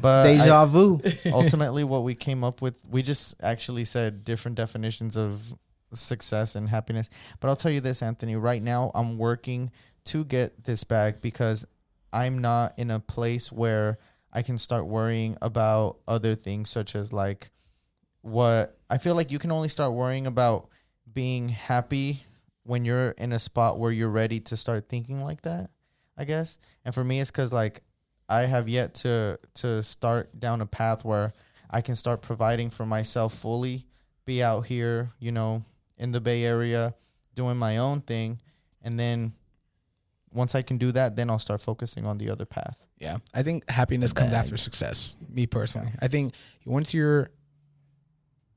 Speaker 2: But
Speaker 1: Deja vu.
Speaker 2: Uh, I- [LAUGHS] ultimately, what we came up with, we just actually said different definitions of success and happiness. But I'll tell you this, Anthony. Right now, I'm working to get this back because I'm not in a place where I can start worrying about other things, such as like what I feel like you can only start worrying about being happy when you're in a spot where you're ready to start thinking like that, I guess. And for me, it's because like I have yet to to start down a path where I can start providing for myself fully, be out here, you know, in the Bay Area, doing my own thing, and then once I can do that, then I'll start focusing on the other path.
Speaker 3: Yeah, I think happiness comes
Speaker 1: Bag.
Speaker 3: after success. Me personally, I think once you're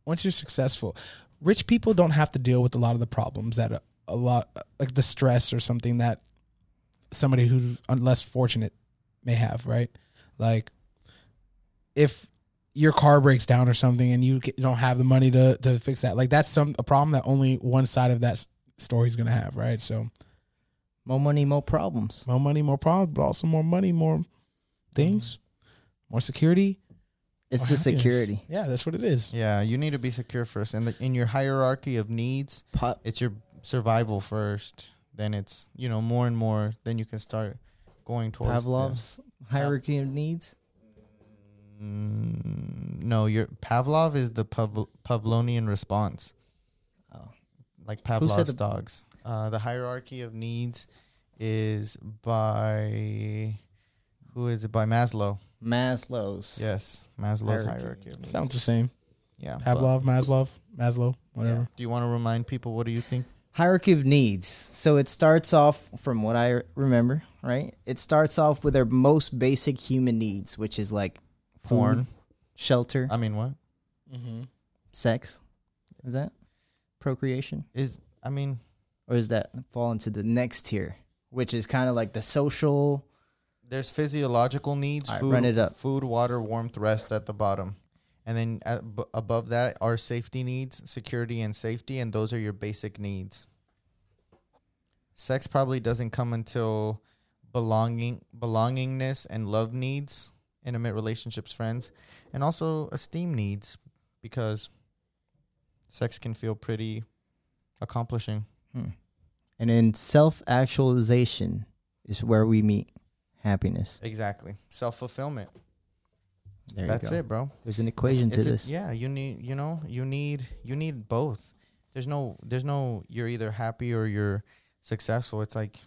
Speaker 3: once you're successful, rich people don't have to deal with a lot of the problems that a, a lot like the stress or something that somebody who's un- less fortunate may have. Right, like if your car breaks down or something and you ca- don't have the money to to fix that, like that's some a problem that only one side of that s- story is gonna have. Right, so
Speaker 1: More money, more problems.
Speaker 3: more money, more problems, but also more money, more things, more security.
Speaker 1: It's
Speaker 3: Or
Speaker 1: the
Speaker 3: happiness.
Speaker 1: security.
Speaker 3: Yeah, that's what it is.
Speaker 2: Yeah, you need to be secure first, and the, in your hierarchy of needs,
Speaker 1: Pop.
Speaker 2: it's your survival first. Then it's you know more and more. Then you can start going towards the-
Speaker 1: Pavlov's hierarchy of needs.
Speaker 2: Mm, no, your Pavlov is the Pav- Pavlonian response.
Speaker 1: Oh.
Speaker 2: Like
Speaker 1: Who said
Speaker 2: Pavlov's
Speaker 1: the-
Speaker 2: dogs. Uh, the hierarchy of needs is by who is it by Maslow?
Speaker 1: Maslow's.
Speaker 2: Yes, Maslow's
Speaker 1: Hierarchy.
Speaker 2: hierarchy. of needs.
Speaker 3: Sounds the same.
Speaker 2: yeah. but-
Speaker 3: Pavlov, Maslov, Maslow, whatever.
Speaker 2: Do you want to remind people what do you think?
Speaker 1: Hierarchy of needs. So it starts off, from what I remember, right? It starts off with our most basic human needs, which is like food,
Speaker 2: Porn. Uh,
Speaker 1: shelter,
Speaker 2: I mean, what
Speaker 3: Mm-hmm.
Speaker 1: sex. Is that procreation?
Speaker 2: is? I mean,
Speaker 1: Or does that fall into the next tier, which is kind of like the social?
Speaker 2: there's physiological needs.
Speaker 1: All right,
Speaker 2: food,
Speaker 1: run it up.
Speaker 2: Food, water, warmth, rest at the bottom, and then at, b- above that are safety needs, security, and safety, and those are your basic needs. Sex probably doesn't come until belonging, belongingness, and love needs, intimate relationships, friends, and also esteem needs, because sex can feel pretty accomplishing.
Speaker 1: Hmm. And then self actualization is where we meet happiness.
Speaker 2: Exactly, self fulfillment.
Speaker 1: There
Speaker 2: That's
Speaker 1: you go.
Speaker 2: it, bro.
Speaker 1: There's an equation
Speaker 2: It's
Speaker 1: to
Speaker 2: a-
Speaker 1: this.
Speaker 2: Yeah, you need you know you need you need both. There's no there's no you're either happy or you're successful. It's like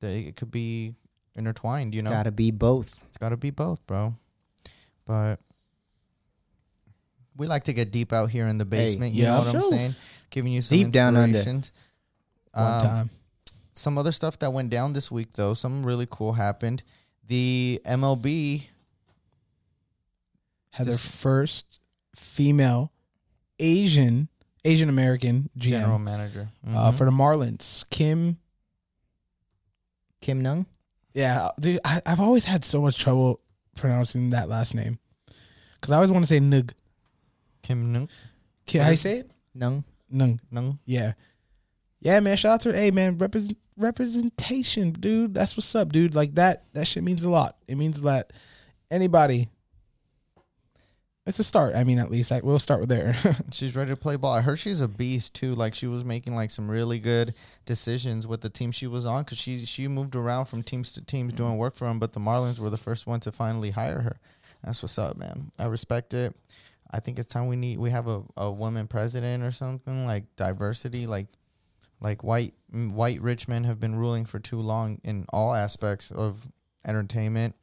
Speaker 2: they, it could be intertwined. You know,
Speaker 1: Gotta be both.
Speaker 2: it's got to be both, bro. But we like to get deep out here in the basement. you
Speaker 3: yeah.
Speaker 2: know what I'm
Speaker 3: Sure.
Speaker 2: saying? Giving you some
Speaker 1: Deep down under.
Speaker 2: inspirations.
Speaker 3: One
Speaker 2: Um,
Speaker 3: time.
Speaker 2: some other stuff that went down this week though. Some really cool happened. The MLB
Speaker 3: Had their
Speaker 2: just-
Speaker 3: first female Asian, Asian American GM
Speaker 2: general manager
Speaker 3: uh,
Speaker 2: Mhm.
Speaker 3: for the Marlins. Kim.
Speaker 1: Kim Nung?
Speaker 3: Yeah, dude, I, I've always had so much trouble pronouncing that last name. Because I always want to say Nug.
Speaker 2: Kim Nung.
Speaker 3: Kim, how you say it?
Speaker 1: Nung?
Speaker 3: Nung.
Speaker 2: Nung.
Speaker 3: Yeah. Yeah, man. Shout out to hey man, represent, representation, dude. That's what's up, dude. Like that that shit means a lot. It means that anybody it's a start. I mean, at least I, we'll start with there. [LAUGHS]
Speaker 2: She's ready to play ball. I heard she's a beast too. Like she was making like some really good decisions with the team she was on because she she moved around from teams to teams doing work for them. But the Marlins were the first one to finally hire her. That's what's up, man. I respect it. I think it's time we need we have a, a woman president or something like diversity. Like like white m- white rich men have been ruling for too long in all aspects of entertainment,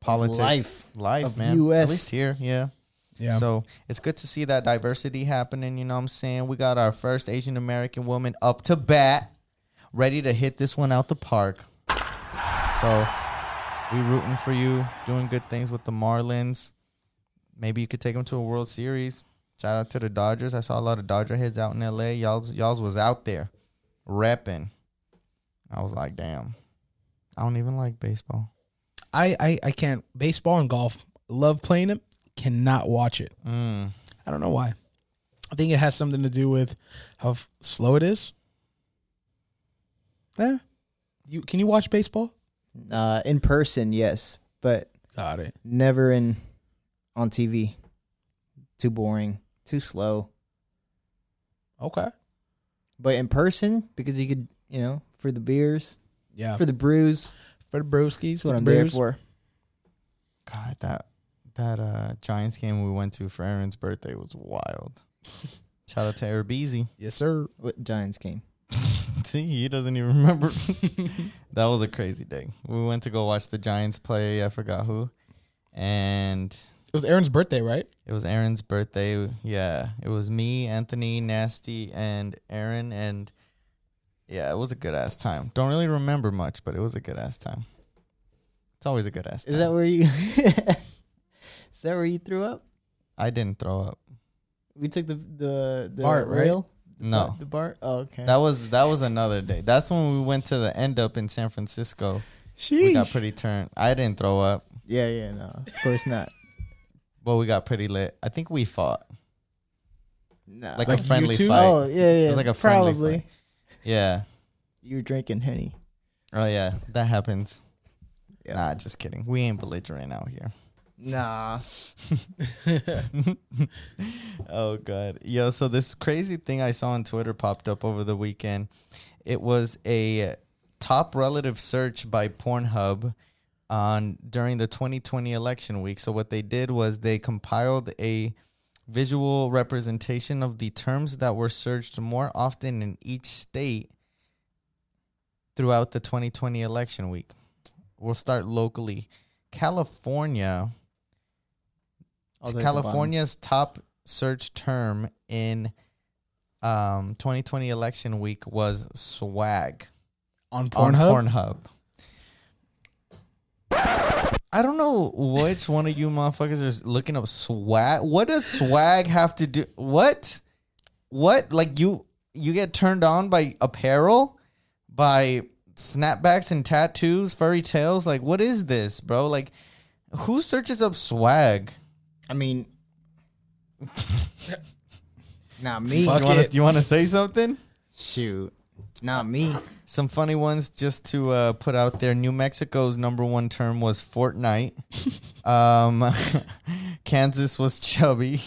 Speaker 2: politics,
Speaker 1: life.
Speaker 2: life,
Speaker 1: Of
Speaker 2: man. At
Speaker 1: US.
Speaker 2: least here, yeah.
Speaker 3: yeah.
Speaker 2: So it's good to see that diversity happening. You know what I'm saying? We got our first Asian American woman up to bat, ready to hit this one out the park. So we rooting for you, doing good things with the Marlins. Maybe you could take them to a World Series. Shout out to the Dodgers. I saw a lot of Dodger heads out in LA. Y'all's y'all's was out there repping. I was like, damn. I don't even like baseball.
Speaker 3: I, I I can't baseball and golf. Love playing them. Cannot watch it.
Speaker 2: Mm.
Speaker 3: I don't know why. I think it has something to do with how f- slow it is. Yeah. You can you watch baseball?
Speaker 1: Uh, in person, yes. But
Speaker 3: Got it.
Speaker 1: Never in on TV. Too boring. Too slow.
Speaker 3: Okay.
Speaker 1: But in person, because you could, you know, for the beers,
Speaker 3: Yeah. For,
Speaker 1: for the brews,
Speaker 3: the brewskis,
Speaker 1: that's what
Speaker 3: the
Speaker 1: I'm
Speaker 3: brews.
Speaker 1: there for.
Speaker 2: God, that that uh Giants game we went to for Aaron's birthday
Speaker 1: [LAUGHS]
Speaker 2: was wild. Shout out to Arabizi.
Speaker 3: Yes, sir.
Speaker 1: What Giants game?
Speaker 2: [LAUGHS] See, he doesn't
Speaker 1: [LAUGHS]
Speaker 2: even remember. that was a crazy day. We went to go watch the Giants play. I forgot who, and
Speaker 3: It was Aaron's birthday, right?
Speaker 2: it was Aaron's birthday. Yeah, it was me, Anthony, Nasty, and Aaron, and yeah, it was a good ass time. Don't really remember much, but it was a good ass time. It's always a good ass.
Speaker 1: Is
Speaker 2: time.
Speaker 1: that where you [LAUGHS] Is that where you threw up?
Speaker 2: I didn't throw up.
Speaker 1: We took the the the
Speaker 3: Bart, right?
Speaker 1: rail?
Speaker 2: No,
Speaker 1: The bar? Oh, okay.
Speaker 2: That was that was another day. That's when we went to the end up in San Francisco. We got pretty turned. I didn't throw up,
Speaker 1: yeah, yeah, no. Of course [LAUGHS] not.
Speaker 2: but we got pretty lit. I think we fought
Speaker 1: No.
Speaker 2: like,
Speaker 3: Like
Speaker 2: a
Speaker 3: you
Speaker 2: friendly
Speaker 3: two?
Speaker 2: fight.
Speaker 1: Oh, yeah, yeah.
Speaker 2: It was like a friendly
Speaker 1: probably.
Speaker 2: fight. Yeah.
Speaker 1: You were drinking honey.
Speaker 2: Oh yeah, that happens.
Speaker 1: Yeah.
Speaker 2: Nah, just kidding. We ain't belligerent out here.
Speaker 1: Nah.
Speaker 2: Oh god. Yo, so this crazy thing I saw on Twitter popped up over the weekend. It was a top relative search by Pornhub on during the 2020 election week. So what they did was they compiled a visual representation of the terms that were searched more often in each state throughout the 2020 election week. We'll start locally. California
Speaker 1: All the way at the bottom.
Speaker 2: California's top search term in um, 2020 election week was swag
Speaker 3: On
Speaker 2: on
Speaker 3: Pornhub.
Speaker 2: Pornhub. I don't know which one of you motherfuckers is looking up swag. What does swag have to do? What? What? Like you you get turned on by apparel, by snapbacks and tattoos, furry tails. Like what is this, bro? Like who searches up swag?
Speaker 1: I
Speaker 2: [LAUGHS]
Speaker 1: mean, not me.
Speaker 3: Fuck
Speaker 2: you wanna,
Speaker 3: it.
Speaker 2: You want to say something?
Speaker 1: Shoot, not me.
Speaker 2: Some funny ones just to uh, put out there. New Mexico's number one term was [LAUGHS] Fortnite. um, [LAUGHS] Kansas was chubby.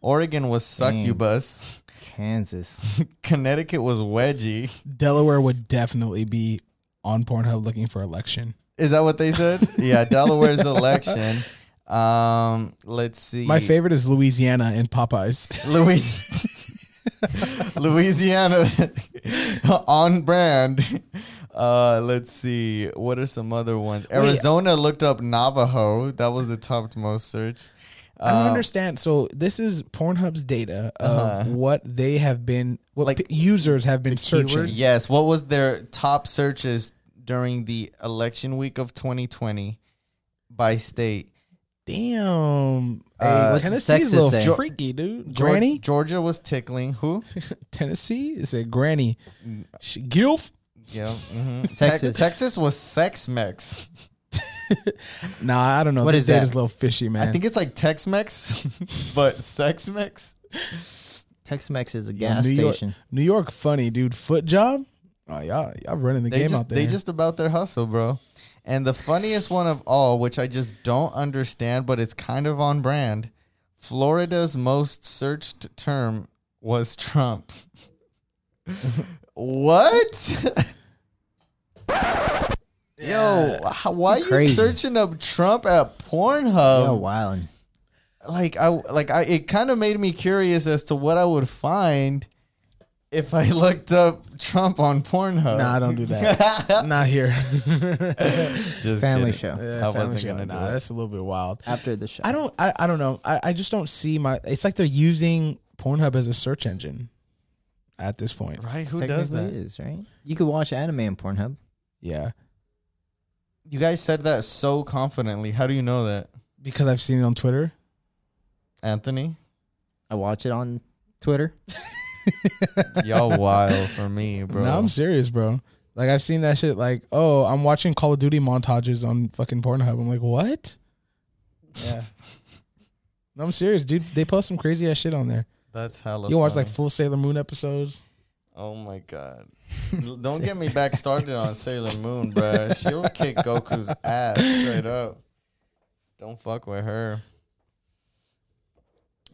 Speaker 2: Oregon was succubus.
Speaker 1: Kansas.
Speaker 2: [LAUGHS] Connecticut was wedgie.
Speaker 3: Delaware would definitely be on Pornhub looking for election.
Speaker 2: Is that what they [LAUGHS] said? yeah, Delaware's election. Um, let's see.
Speaker 3: My favorite is Louisiana and Popeyes. [LAUGHS]
Speaker 2: Louis- Louisiana on brand. Uh, let's see. What are some other ones? Arizona looked up Navajo. That was the top most search.
Speaker 3: I don't understand. So this is Pornhub's data of what they have been, what
Speaker 2: Like,
Speaker 3: p- users have been searching.
Speaker 2: Yes. What was their top searches during the election week of 2020 by state?
Speaker 3: Damn, hey,
Speaker 1: Uh, what's the
Speaker 3: Tennessee's
Speaker 1: sexist
Speaker 3: a little
Speaker 1: say?
Speaker 3: freaky, dude.
Speaker 2: Geor-
Speaker 3: granny, [LAUGHS]
Speaker 2: Georgia was tickling. Who?
Speaker 3: Tennessee is a granny. She, gilf.
Speaker 2: yeah. hmm
Speaker 1: Texas.
Speaker 2: Texas was sex mex.
Speaker 3: Nah, I don't know.
Speaker 1: What
Speaker 3: this
Speaker 1: is
Speaker 3: data's
Speaker 1: that?
Speaker 3: a little fishy, man.
Speaker 2: I think it's like Tex Mex, [LAUGHS] but sex mex.
Speaker 1: Tex-Mex is a
Speaker 3: Yeah,
Speaker 1: gas
Speaker 3: New
Speaker 1: station.
Speaker 3: York, New York, funny dude. Foot job. Oh y'all, y'all running the
Speaker 2: They
Speaker 3: game
Speaker 2: just
Speaker 3: out there.
Speaker 2: they just about their hustle, bro. And the funniest one of all, which I just don't understand, but it's kind of on brand. Florida's most searched term was Trump. [LAUGHS] what? [LAUGHS] Yo, how, why are you
Speaker 1: Crazy.
Speaker 2: searching up Trump at
Speaker 1: Oh,
Speaker 2: Pornhub?
Speaker 1: wild.
Speaker 2: Like I like I it kind of made me curious as to what I would find if I [LAUGHS] looked up Trump on Pornhub.
Speaker 3: nah,
Speaker 2: [LAUGHS]
Speaker 3: don't do that. Not here.
Speaker 2: Just
Speaker 1: Family
Speaker 2: kidding.
Speaker 1: show.
Speaker 3: Yeah,
Speaker 2: I
Speaker 3: family
Speaker 2: wasn't
Speaker 3: show.
Speaker 2: gonna do
Speaker 3: Nah,
Speaker 2: it.
Speaker 3: that's a little bit wild.
Speaker 1: After the show.
Speaker 3: I don't. I, I don't know. I, I just don't see my. It's like they're using Pornhub as a search engine at this point.
Speaker 2: Right? Who does
Speaker 1: Technically
Speaker 2: that?
Speaker 1: it is, right? You could watch anime on Pornhub.
Speaker 3: Yeah,
Speaker 2: You guys said that so confidently. How do you know that,
Speaker 3: because I've seen it on Twitter.
Speaker 2: Anthony?
Speaker 1: I watch it on Twitter.
Speaker 2: Y'all wild for me, bro.
Speaker 3: No, I'm serious, bro. Like I've seen that shit. Like, oh, I'm watching Call of Duty montages on fucking Pornhub. I'm like, what? Yeah. [LAUGHS] no, I'm serious, dude. They post some crazy ass shit on there.
Speaker 2: That's hella.
Speaker 3: You watch like
Speaker 2: funny.
Speaker 3: full Sailor Moon episodes.
Speaker 2: oh my god! L- Don't get me back started on Sailor Moon, bro. She'll kick Goku's ass straight up. Don't fuck with her.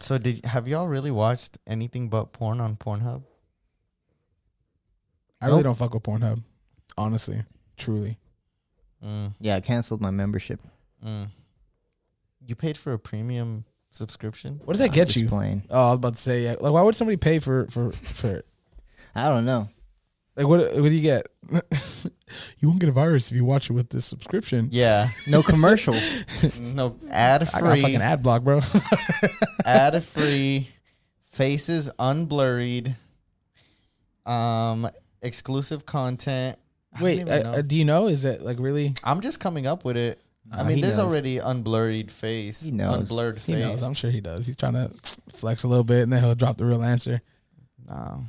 Speaker 2: So did have y'all really watched anything but porn on Pornhub?
Speaker 3: I really don't fuck with Pornhub, honestly, truly.
Speaker 2: Mm,
Speaker 1: Yeah, I canceled my membership.
Speaker 2: mm. You paid for a premium subscription?
Speaker 3: What does that get
Speaker 1: Just
Speaker 3: you?
Speaker 1: playing.
Speaker 3: Oh, I was about to say yeah. Like, why would somebody pay for for for it?
Speaker 1: I don't know.
Speaker 3: Like, what what do you get? [LAUGHS] you won't get a virus if you watch it with this subscription.
Speaker 2: Yeah,
Speaker 1: No commercials.
Speaker 2: no ad
Speaker 3: I got a
Speaker 2: free,
Speaker 3: fucking ad block, bro.
Speaker 2: ad free, faces unblurred, um, exclusive content. I
Speaker 3: [LAUGHS]
Speaker 2: don't
Speaker 3: Wait,
Speaker 2: even
Speaker 3: uh,
Speaker 2: know.
Speaker 3: uh, do you know? Is it like really?
Speaker 2: I'm just coming up with it. I
Speaker 1: Nah,
Speaker 2: mean,
Speaker 1: he
Speaker 2: there's
Speaker 1: knows.
Speaker 2: already unblurred face,
Speaker 1: He knows.
Speaker 2: unblurred
Speaker 3: He
Speaker 2: face.
Speaker 3: knows. I'm sure he does. He's trying to flex a little bit, and then he'll drop the real answer.
Speaker 2: No.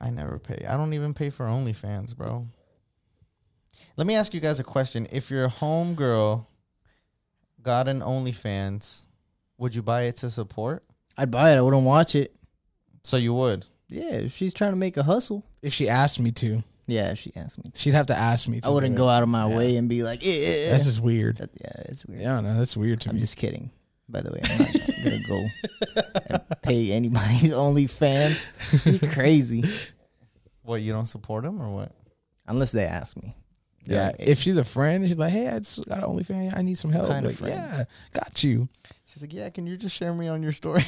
Speaker 2: I never pay. I don't even pay for OnlyFans, bro. Let me ask you guys a question. If your homegirl got an OnlyFans, would you buy it to support?
Speaker 1: [LAUGHS] I'd buy it. I wouldn't watch it.
Speaker 2: So you would.
Speaker 1: Yeah, if she's trying to make a hustle.
Speaker 3: If she asked me to,
Speaker 1: Yeah, if she asked me. To.
Speaker 3: she'd have to ask me. To
Speaker 1: I wouldn't
Speaker 3: do it.
Speaker 1: go out of my
Speaker 3: Yeah.
Speaker 1: way and be like, yeah.
Speaker 3: That's just weird.
Speaker 1: That- yeah, it's weird.
Speaker 3: Yeah, no, that's weird to
Speaker 1: I'm
Speaker 3: me.
Speaker 1: just kidding. By the way, I'm not gonna go [LAUGHS] and pay anybody's [LAUGHS] OnlyFans. You crazy?
Speaker 2: What, you don't support him or what?
Speaker 1: Unless they ask me.
Speaker 3: yeah,
Speaker 1: Like,
Speaker 3: if she's a friend, she's like, "Hey, I just got an OnlyFans. I need some help."
Speaker 1: Kind of
Speaker 3: Like,
Speaker 1: friend.
Speaker 3: yeah, got you.
Speaker 2: She's like, Yeah, can you just share me on your story?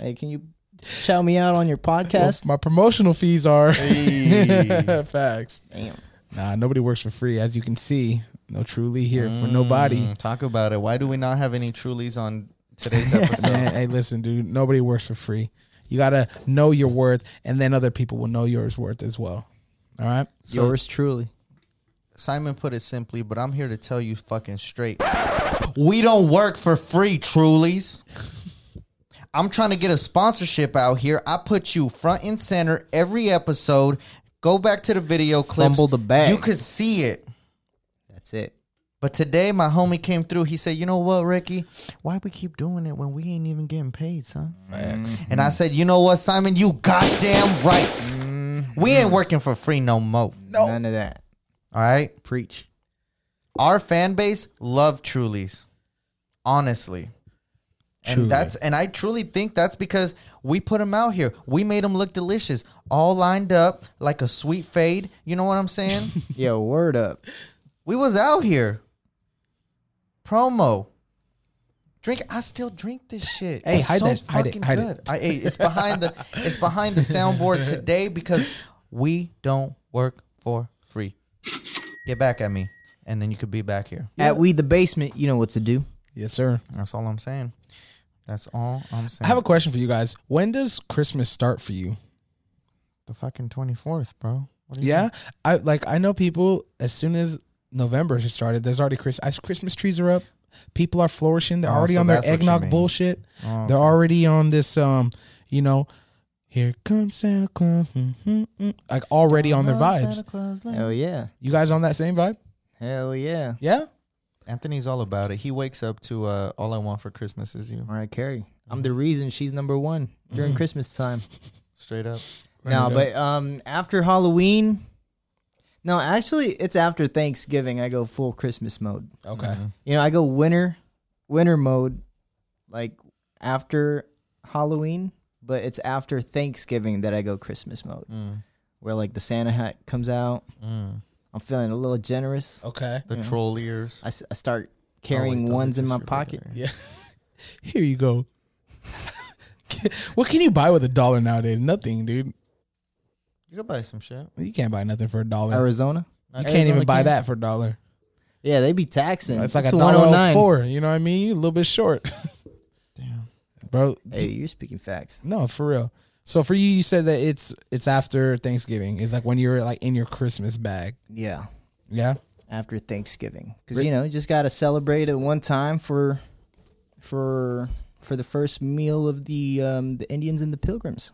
Speaker 1: hey, can you shout me out on your
Speaker 3: Well,
Speaker 1: podcast?
Speaker 3: my promotional fees are
Speaker 2: Hey.
Speaker 3: [LAUGHS] facts.
Speaker 1: Damn.
Speaker 3: Nah, nobody works for free, as you can see. No, truly here for nobody.
Speaker 2: [LAUGHS] Mm, talk about it. Why do we not have any trulies on [LAUGHS] today's episode?
Speaker 3: Man, hey, listen, dude. Nobody works for free. You gotta know your worth, and then other people will know yours worth as well. All right.
Speaker 2: So-
Speaker 1: Yours truly.
Speaker 2: Simon put it simply, but I'm here to tell you fucking straight. We don't work for free, trulies. I'm trying to get a sponsorship out here. I put you front and center every episode. Go back to the video clips.
Speaker 1: Fumble the bag.
Speaker 2: You could see it.
Speaker 1: That's it.
Speaker 2: But today my homie came through. He said, "You know what, Ricky? Why we keep doing it when we ain't even getting paid, son?"
Speaker 3: Facts.
Speaker 2: And I said, "You know what, Simon? You goddamn right. We ain't working for free no more.
Speaker 3: Mm-hmm. No.
Speaker 1: None of that.
Speaker 2: All right?
Speaker 1: Oh. Preach.
Speaker 2: our fan base love Trulies, honestly.
Speaker 3: Truly.
Speaker 2: And that's and I truly think that's because we put them out here. We made them look delicious, all lined up like a sweet fade. You know what I'm saying?
Speaker 1: Yo, word [LAUGHS] up.
Speaker 2: we was out here. Promo. Drink. I still drink this shit.
Speaker 3: Hey,
Speaker 2: it's
Speaker 3: hide
Speaker 2: so
Speaker 3: that- hide it,
Speaker 2: fucking
Speaker 3: hide it.
Speaker 2: good. I, hey, it's behind the it's behind
Speaker 3: [LAUGHS]
Speaker 2: the soundboard today because we don't work for free. Get back at me, and then you could be back here.
Speaker 1: At We the Basement, you know what to do.
Speaker 3: Yes, sir.
Speaker 2: That's all I'm saying. That's all I'm saying.
Speaker 3: I have a question for you guys. When does Christmas start for you?
Speaker 2: the fucking 24th, bro. What do you
Speaker 3: Yeah, I like. I know people. As soon as November has started, there's already Christmas. Christmas trees are up. People are flourishing. They're
Speaker 2: Oh,
Speaker 3: already
Speaker 2: so
Speaker 3: on their
Speaker 2: that's what you
Speaker 3: eggnog
Speaker 2: mean.
Speaker 3: bullshit.
Speaker 2: mean? Oh,
Speaker 3: They're already on this. Um, you know, here comes Santa Claus. mm, mm, mm, Like already on their vibes.
Speaker 1: Hell yeah.
Speaker 3: You guys on that same vibe?
Speaker 1: Hell yeah.
Speaker 3: Yeah.
Speaker 2: Anthony's all about it. He wakes up to uh, "All I Want for Christmas Is You"
Speaker 1: Mariah Carey.
Speaker 3: Mm-hmm.
Speaker 1: I'm the reason she's number one during Christmas time.
Speaker 2: straight up.
Speaker 1: No, but um, after Halloween. No, actually, it's after Thanksgiving. I go full Christmas mode.
Speaker 3: okay.
Speaker 2: Mm-hmm.
Speaker 1: You know, I go winter, winter mode, like after Halloween, but it's after Thanksgiving that I go Christmas mode,
Speaker 2: Mm,
Speaker 1: where like the Santa hat comes out.
Speaker 2: mm.
Speaker 1: I'm feeling a little generous.
Speaker 3: Okay.
Speaker 2: The
Speaker 1: Yeah.
Speaker 2: troll ears.
Speaker 1: I, s- I start
Speaker 2: Oh,
Speaker 1: carrying
Speaker 2: wait, those
Speaker 1: ones
Speaker 2: are
Speaker 1: in my
Speaker 2: distributed
Speaker 1: pocket.
Speaker 2: there.
Speaker 3: Yeah. Here you go. [LAUGHS] what can you buy with a dollar nowadays? Nothing, dude.
Speaker 2: You could buy some shit.
Speaker 3: You can't buy nothing for a dollar.
Speaker 1: Arizona.
Speaker 3: you can't even buy that for a dollar.
Speaker 1: Yeah, they be taxing.
Speaker 3: It's like a dollar
Speaker 1: $1.09.
Speaker 3: four. You know what I mean? A little bit short, [LAUGHS]
Speaker 2: Damn.
Speaker 3: bro.
Speaker 1: Hey, you're speaking facts.
Speaker 3: No, for real. So for you, you said that it's it's after Thanksgiving. It's like when you're like in your Christmas bag.
Speaker 1: Yeah.
Speaker 3: Yeah.
Speaker 1: after Thanksgiving because you know you just gotta celebrate at one time for for for the first meal of the um, the Indians and the Pilgrims.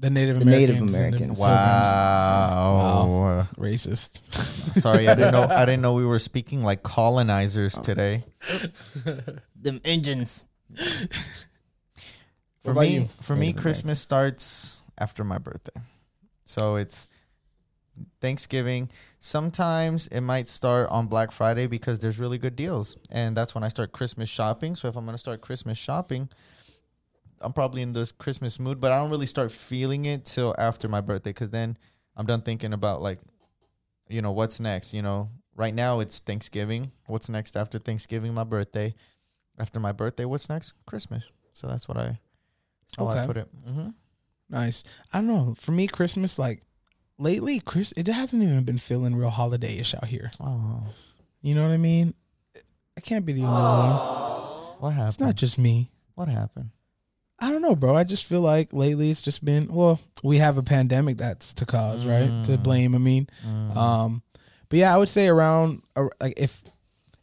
Speaker 3: The Native
Speaker 1: The Native
Speaker 3: Americans. and the
Speaker 1: Americans.
Speaker 2: Wow.
Speaker 3: Pilgrims. Racist.
Speaker 2: Sorry, I
Speaker 1: [LAUGHS]
Speaker 2: didn't know. I didn't know we were speaking like colonizers
Speaker 1: Oh.
Speaker 2: today.
Speaker 1: Them Indians.
Speaker 2: For
Speaker 3: about
Speaker 2: me,
Speaker 3: you? Native
Speaker 2: for me,
Speaker 3: American.
Speaker 2: Christmas starts after my birthday, so it's Thanksgiving. Sometimes it might start on Black Friday because there's really good deals, and that's when I start Christmas shopping. So if I'm gonna start Christmas shopping, I'm probably in this Christmas mood, but I don't really start feeling it till after my birthday because then I'm done thinking about like, you know, what's next. You know, right now it's Thanksgiving. What's next after Thanksgiving? My birthday. After my birthday, what's next? Christmas. So that's what I. How I
Speaker 3: Okay.
Speaker 2: put it. hmm
Speaker 3: Nice. I don't know. For me, Christmas like lately, Chris, it hasn't even been feeling real holiday-ish out here.
Speaker 2: Oh,
Speaker 3: You know what I mean? I can't be the only one.
Speaker 2: what
Speaker 3: It's not
Speaker 2: happened?
Speaker 3: just me.
Speaker 2: What happened?
Speaker 3: I don't know, bro. I just feel like lately it's just been well, we have a pandemic that's to cause, right? To blame. I mean,
Speaker 2: Mm.
Speaker 3: um, but yeah, I would say around ar- like if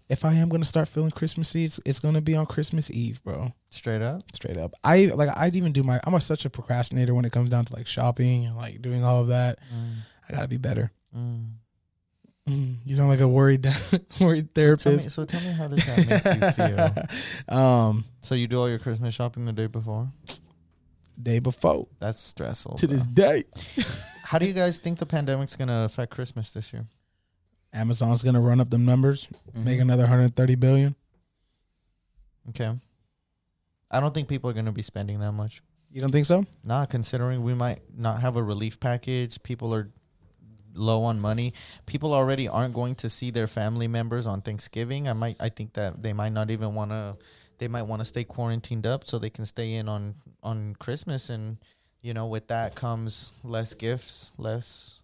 Speaker 3: if I am gonna start feeling Christmassy, it's it's gonna be on Christmas Eve, bro.
Speaker 2: Straight up.
Speaker 3: Straight up. I like I'd even do my. I'm a, such a procrastinator when it comes down to like shopping and like doing all of that. I gotta be better.
Speaker 2: Mm.
Speaker 3: Mm, you sound like a worried [LAUGHS] worried
Speaker 2: Tell me,
Speaker 3: therapist.
Speaker 2: so tell me, how does that
Speaker 3: [LAUGHS]
Speaker 2: make you feel?
Speaker 3: um,
Speaker 2: So you do all your Christmas shopping the day before?
Speaker 3: day before
Speaker 2: That's stressful.
Speaker 3: to
Speaker 2: bro.
Speaker 3: this day,
Speaker 2: how do you guys think the pandemic's gonna affect Christmas this year?
Speaker 3: Amazon's gonna run up them numbers, Mm-hmm. make another 130 billion.
Speaker 2: Mm-hmm. Okay. I don't think people are gonna be spending that much.
Speaker 3: You don't think so?
Speaker 2: Nah, considering we might not have a relief package, people are low on money. People already aren't going to see their family members on Thanksgiving. I might I think that they might not even want to they might want to stay quarantined up so they can stay in on on Christmas and you know, with that comes less gifts, less,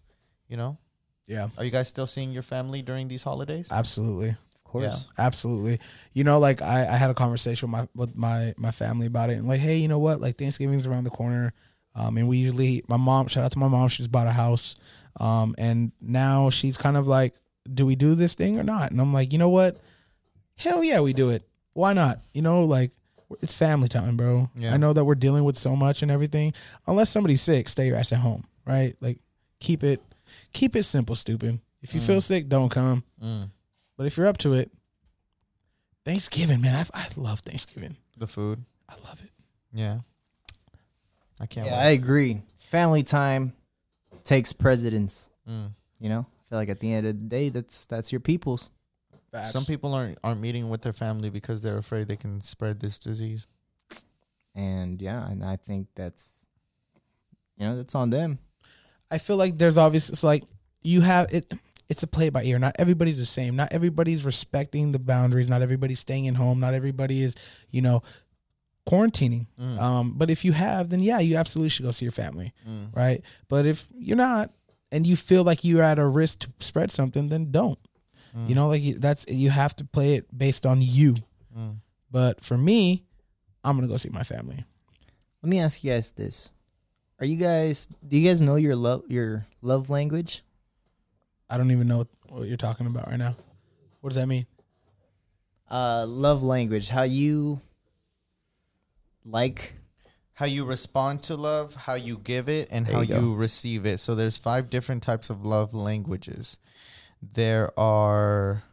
Speaker 2: you know.
Speaker 3: Yeah,
Speaker 2: Are you guys still seeing your family during these holidays?
Speaker 3: absolutely,
Speaker 1: Of course.
Speaker 2: Yeah.
Speaker 3: absolutely. You know, like I, I had a conversation with my with my my family about it, and like, hey, you know what? Like Thanksgiving's around the corner, um, and we usually my mom. Shout out to my mom. She just bought a house, um, and now she's kind of like, do we do this thing or not? And I'm like, you know what? Hell yeah, we do it. Why not? You know, like it's family time, bro.
Speaker 2: Yeah.
Speaker 3: I know that we're dealing with so much and everything. Unless somebody's sick, stay your ass at home, right? Like keep it keep it simple, stupid. If you feel sick, don't come.
Speaker 2: Mm.
Speaker 3: But if you're up to it, Thanksgiving, man, I, I love Thanksgiving.
Speaker 2: The food.
Speaker 3: I love it.
Speaker 2: Yeah. I can't
Speaker 1: Yeah,
Speaker 2: wait.
Speaker 1: I agree. Family time takes precedence.
Speaker 2: Mm.
Speaker 1: You know, I feel like at the end of the day, that's that's your people's.
Speaker 2: Some people aren't aren't meeting with their family because they're afraid they can spread this disease.
Speaker 1: And yeah, and I think that's you know that's on them.
Speaker 3: I feel like there's obvious. It's like you have it. It's a play by ear. Not everybody's the same. Not everybody's respecting the boundaries. Not everybody's staying at home. Not everybody is, you know, quarantining. Um, but if you have, then yeah, you absolutely should go see your family, right? But if you're not, and you feel like you're at a risk to spread something, then don't. You know, like you- that's you have to play it based on you. But for me, I'm gonna go see my family.
Speaker 1: Let me ask you guys this: Are you guys? Do you guys know your love your love language?
Speaker 3: I don't even know what, what you're talking about right now. What does that mean?
Speaker 1: Uh, love language. How you like?
Speaker 2: How you respond to love, how you give it, and
Speaker 1: There
Speaker 2: how
Speaker 1: you go.
Speaker 2: you receive it. So there's five different types of love languages. There are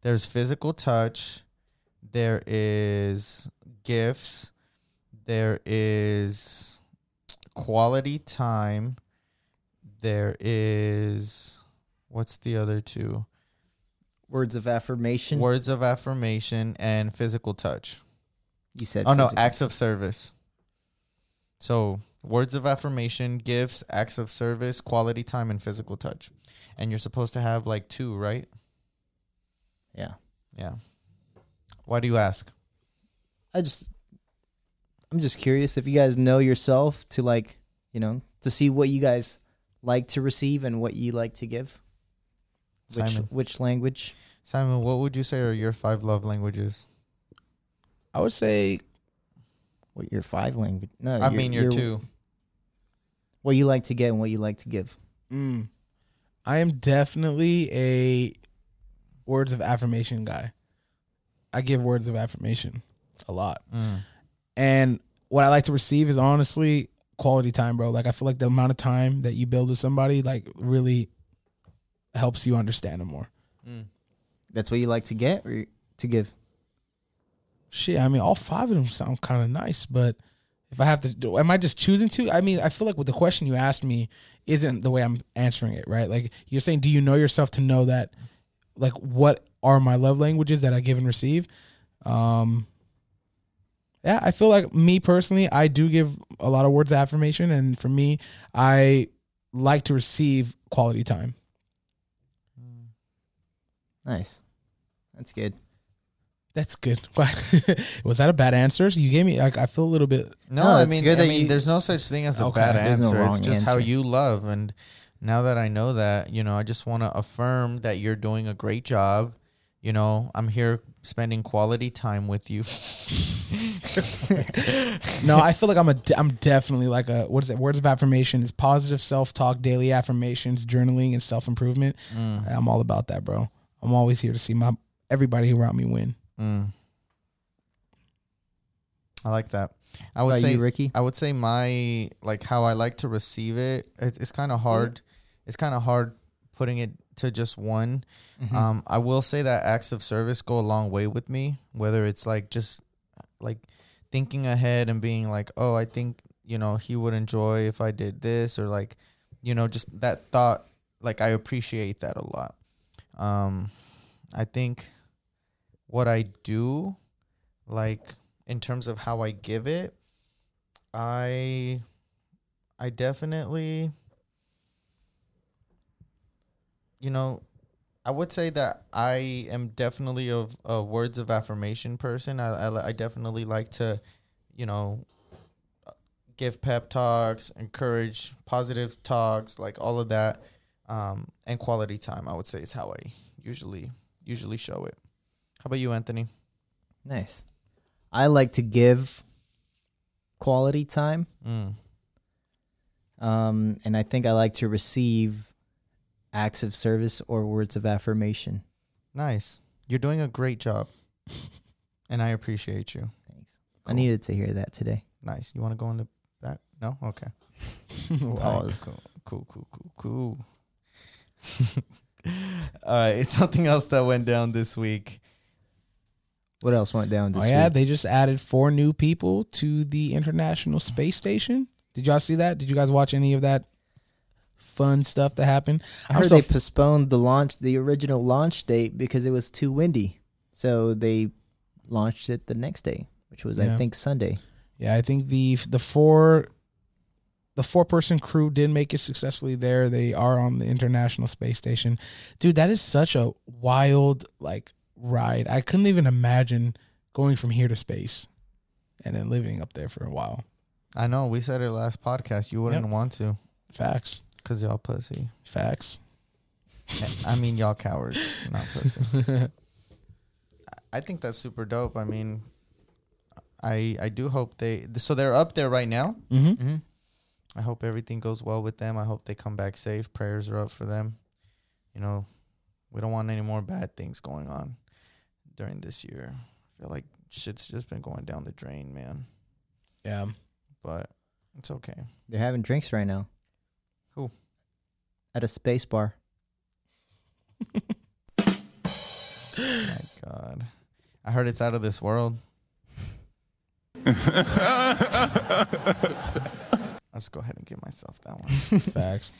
Speaker 2: there's physical touch, there is gifts, there is quality time, there is what's the other two?
Speaker 1: Words of affirmation.
Speaker 2: Words of affirmation and physical touch.
Speaker 1: you said.
Speaker 2: Oh no,
Speaker 1: physical.
Speaker 2: acts of service. So words of affirmation, gifts, acts of service, quality time, and physical touch. And you're supposed to have like two, right?
Speaker 1: yeah.
Speaker 2: Yeah. Why do you ask?
Speaker 1: I just, I'm just curious if you guys know yourself to like, you know, to see what you guys like to receive and what you like to give. Which
Speaker 2: Simon.
Speaker 1: which language?
Speaker 2: Simon, what would you say are your five love languages?
Speaker 3: I would say
Speaker 1: What your five language? No,
Speaker 2: I mean Uh, your two.
Speaker 1: What you like to get and what you like to give.
Speaker 3: mm, I am definitely a words of affirmation guy. I give words of affirmation a lot.
Speaker 2: Mm.
Speaker 3: And what I like to receive is honestly quality time, bro. Like I feel like the amount of time that you build with somebody like really helps you understand them more.
Speaker 2: Mm.
Speaker 1: That's what you like to get or to give.
Speaker 3: Shit, I mean all five of them sound kind of nice, but If I have to, do, am I just choosing to? I mean, I feel like with the question you asked me isn't the way I'm answering it, right? Like you're saying, do you know yourself to know that, like, what are my love languages that I give and receive? Um, yeah, I feel like me personally, I do give a lot of words of affirmation, and for me, I like to receive quality time.
Speaker 1: Nice. That's good.
Speaker 3: That's good. [LAUGHS] Was that a bad answer? So you gave me like I feel a little bit.
Speaker 2: No,
Speaker 1: No,
Speaker 2: I
Speaker 1: it's
Speaker 2: mean,
Speaker 1: good
Speaker 2: I
Speaker 1: that
Speaker 2: mean,
Speaker 1: you-
Speaker 2: there's no such thing as a
Speaker 3: Okay,
Speaker 2: bad
Speaker 1: there's no
Speaker 2: answer. it's
Speaker 1: wrong
Speaker 2: just how
Speaker 1: answer.
Speaker 2: you love, and now that I know that, you know, I just want to affirm that you're doing a great job. You know, I'm here spending quality time
Speaker 1: [LAUGHS]
Speaker 2: with you. [LAUGHS]
Speaker 1: Mm-hmm.
Speaker 3: No, I feel like I'm a I'm definitely like a what is it? Words of affirmation is positive self talk, daily affirmations, journaling, and self improvement. I'm all about that, bro. I'm always here to see my everybody around me win.
Speaker 2: Mm. I like that. I
Speaker 1: What
Speaker 2: would
Speaker 1: about
Speaker 2: say
Speaker 1: you, Ricky?
Speaker 2: I would say my like how I like to receive it. It's, it's kind of hard. It's kind of hard putting it to just one.
Speaker 1: Mm-hmm.
Speaker 2: Um, I will say that acts of service go a long way with me. Whether it's like just like thinking ahead and being like, oh, I think you know he would enjoy if I did this, or like you know just that thought. Like I appreciate that a lot. Um, I think what I do, like in terms of how I give it, I I definitely you know, I would say that I am definitely of a words of affirmation person. I, I li- I definitely like to, you know, give pep talks, encourage positive talks, like all of that, um, and quality time. I would say is how I usually usually show it. How about you, Anthony?
Speaker 1: Nice. I like to give quality time.
Speaker 2: Mm.
Speaker 1: Um, and I think I like to receive acts of service or words of affirmation.
Speaker 2: Nice. You're doing a great job, and I appreciate you.
Speaker 1: Thanks. I
Speaker 2: Cool.
Speaker 1: needed to hear that
Speaker 3: [LAUGHS]
Speaker 1: today.
Speaker 2: Nice. You want to go in the back? No. Okay.
Speaker 1: Pause.
Speaker 2: Cool. Cool. Cool. Cool. cool. [LAUGHS] All right. [LAUGHS] It's something else that went down this week.
Speaker 1: What else went down this
Speaker 3: oh yeah,
Speaker 1: week?
Speaker 3: they just added four new people to the International Space Station. Did y'all see that? Did you guys watch any of that fun stuff that happened?
Speaker 1: I
Speaker 3: I'm
Speaker 1: heard
Speaker 3: so
Speaker 1: they
Speaker 3: f-
Speaker 1: postponed the launch, the original launch date, because it was too windy. So they launched it the next day, which was I
Speaker 3: Yeah.
Speaker 1: think Sunday.
Speaker 3: Yeah, I think the the four the four person crew did make it successfully there. They are on the International Space Station. Dude, that is such a wild like ride. I couldn't even imagine going from here to space and then living up there for a while.
Speaker 2: I know we said it last podcast. You wouldn't want to
Speaker 3: Facts.
Speaker 2: because y'all pussy.
Speaker 3: Facts.
Speaker 2: I mean, y'all cowards, not pussy. I think that's super dope. I mean, I I do hope they. So they're up there right now.
Speaker 3: Mm-hmm.
Speaker 1: Mm-hmm.
Speaker 2: I hope everything goes well with them. I hope they come back safe. Prayers are up for them. You know, we don't want any more bad things going on during this year. I feel like shit's just been going down the drain, man. [LAUGHS]
Speaker 3: Yeah.
Speaker 2: But it's okay.
Speaker 1: They're having drinks right now.
Speaker 2: Who?
Speaker 1: At a space bar.
Speaker 2: My God. I heard it's out of this world. Let's go ahead and give myself that
Speaker 3: Facts.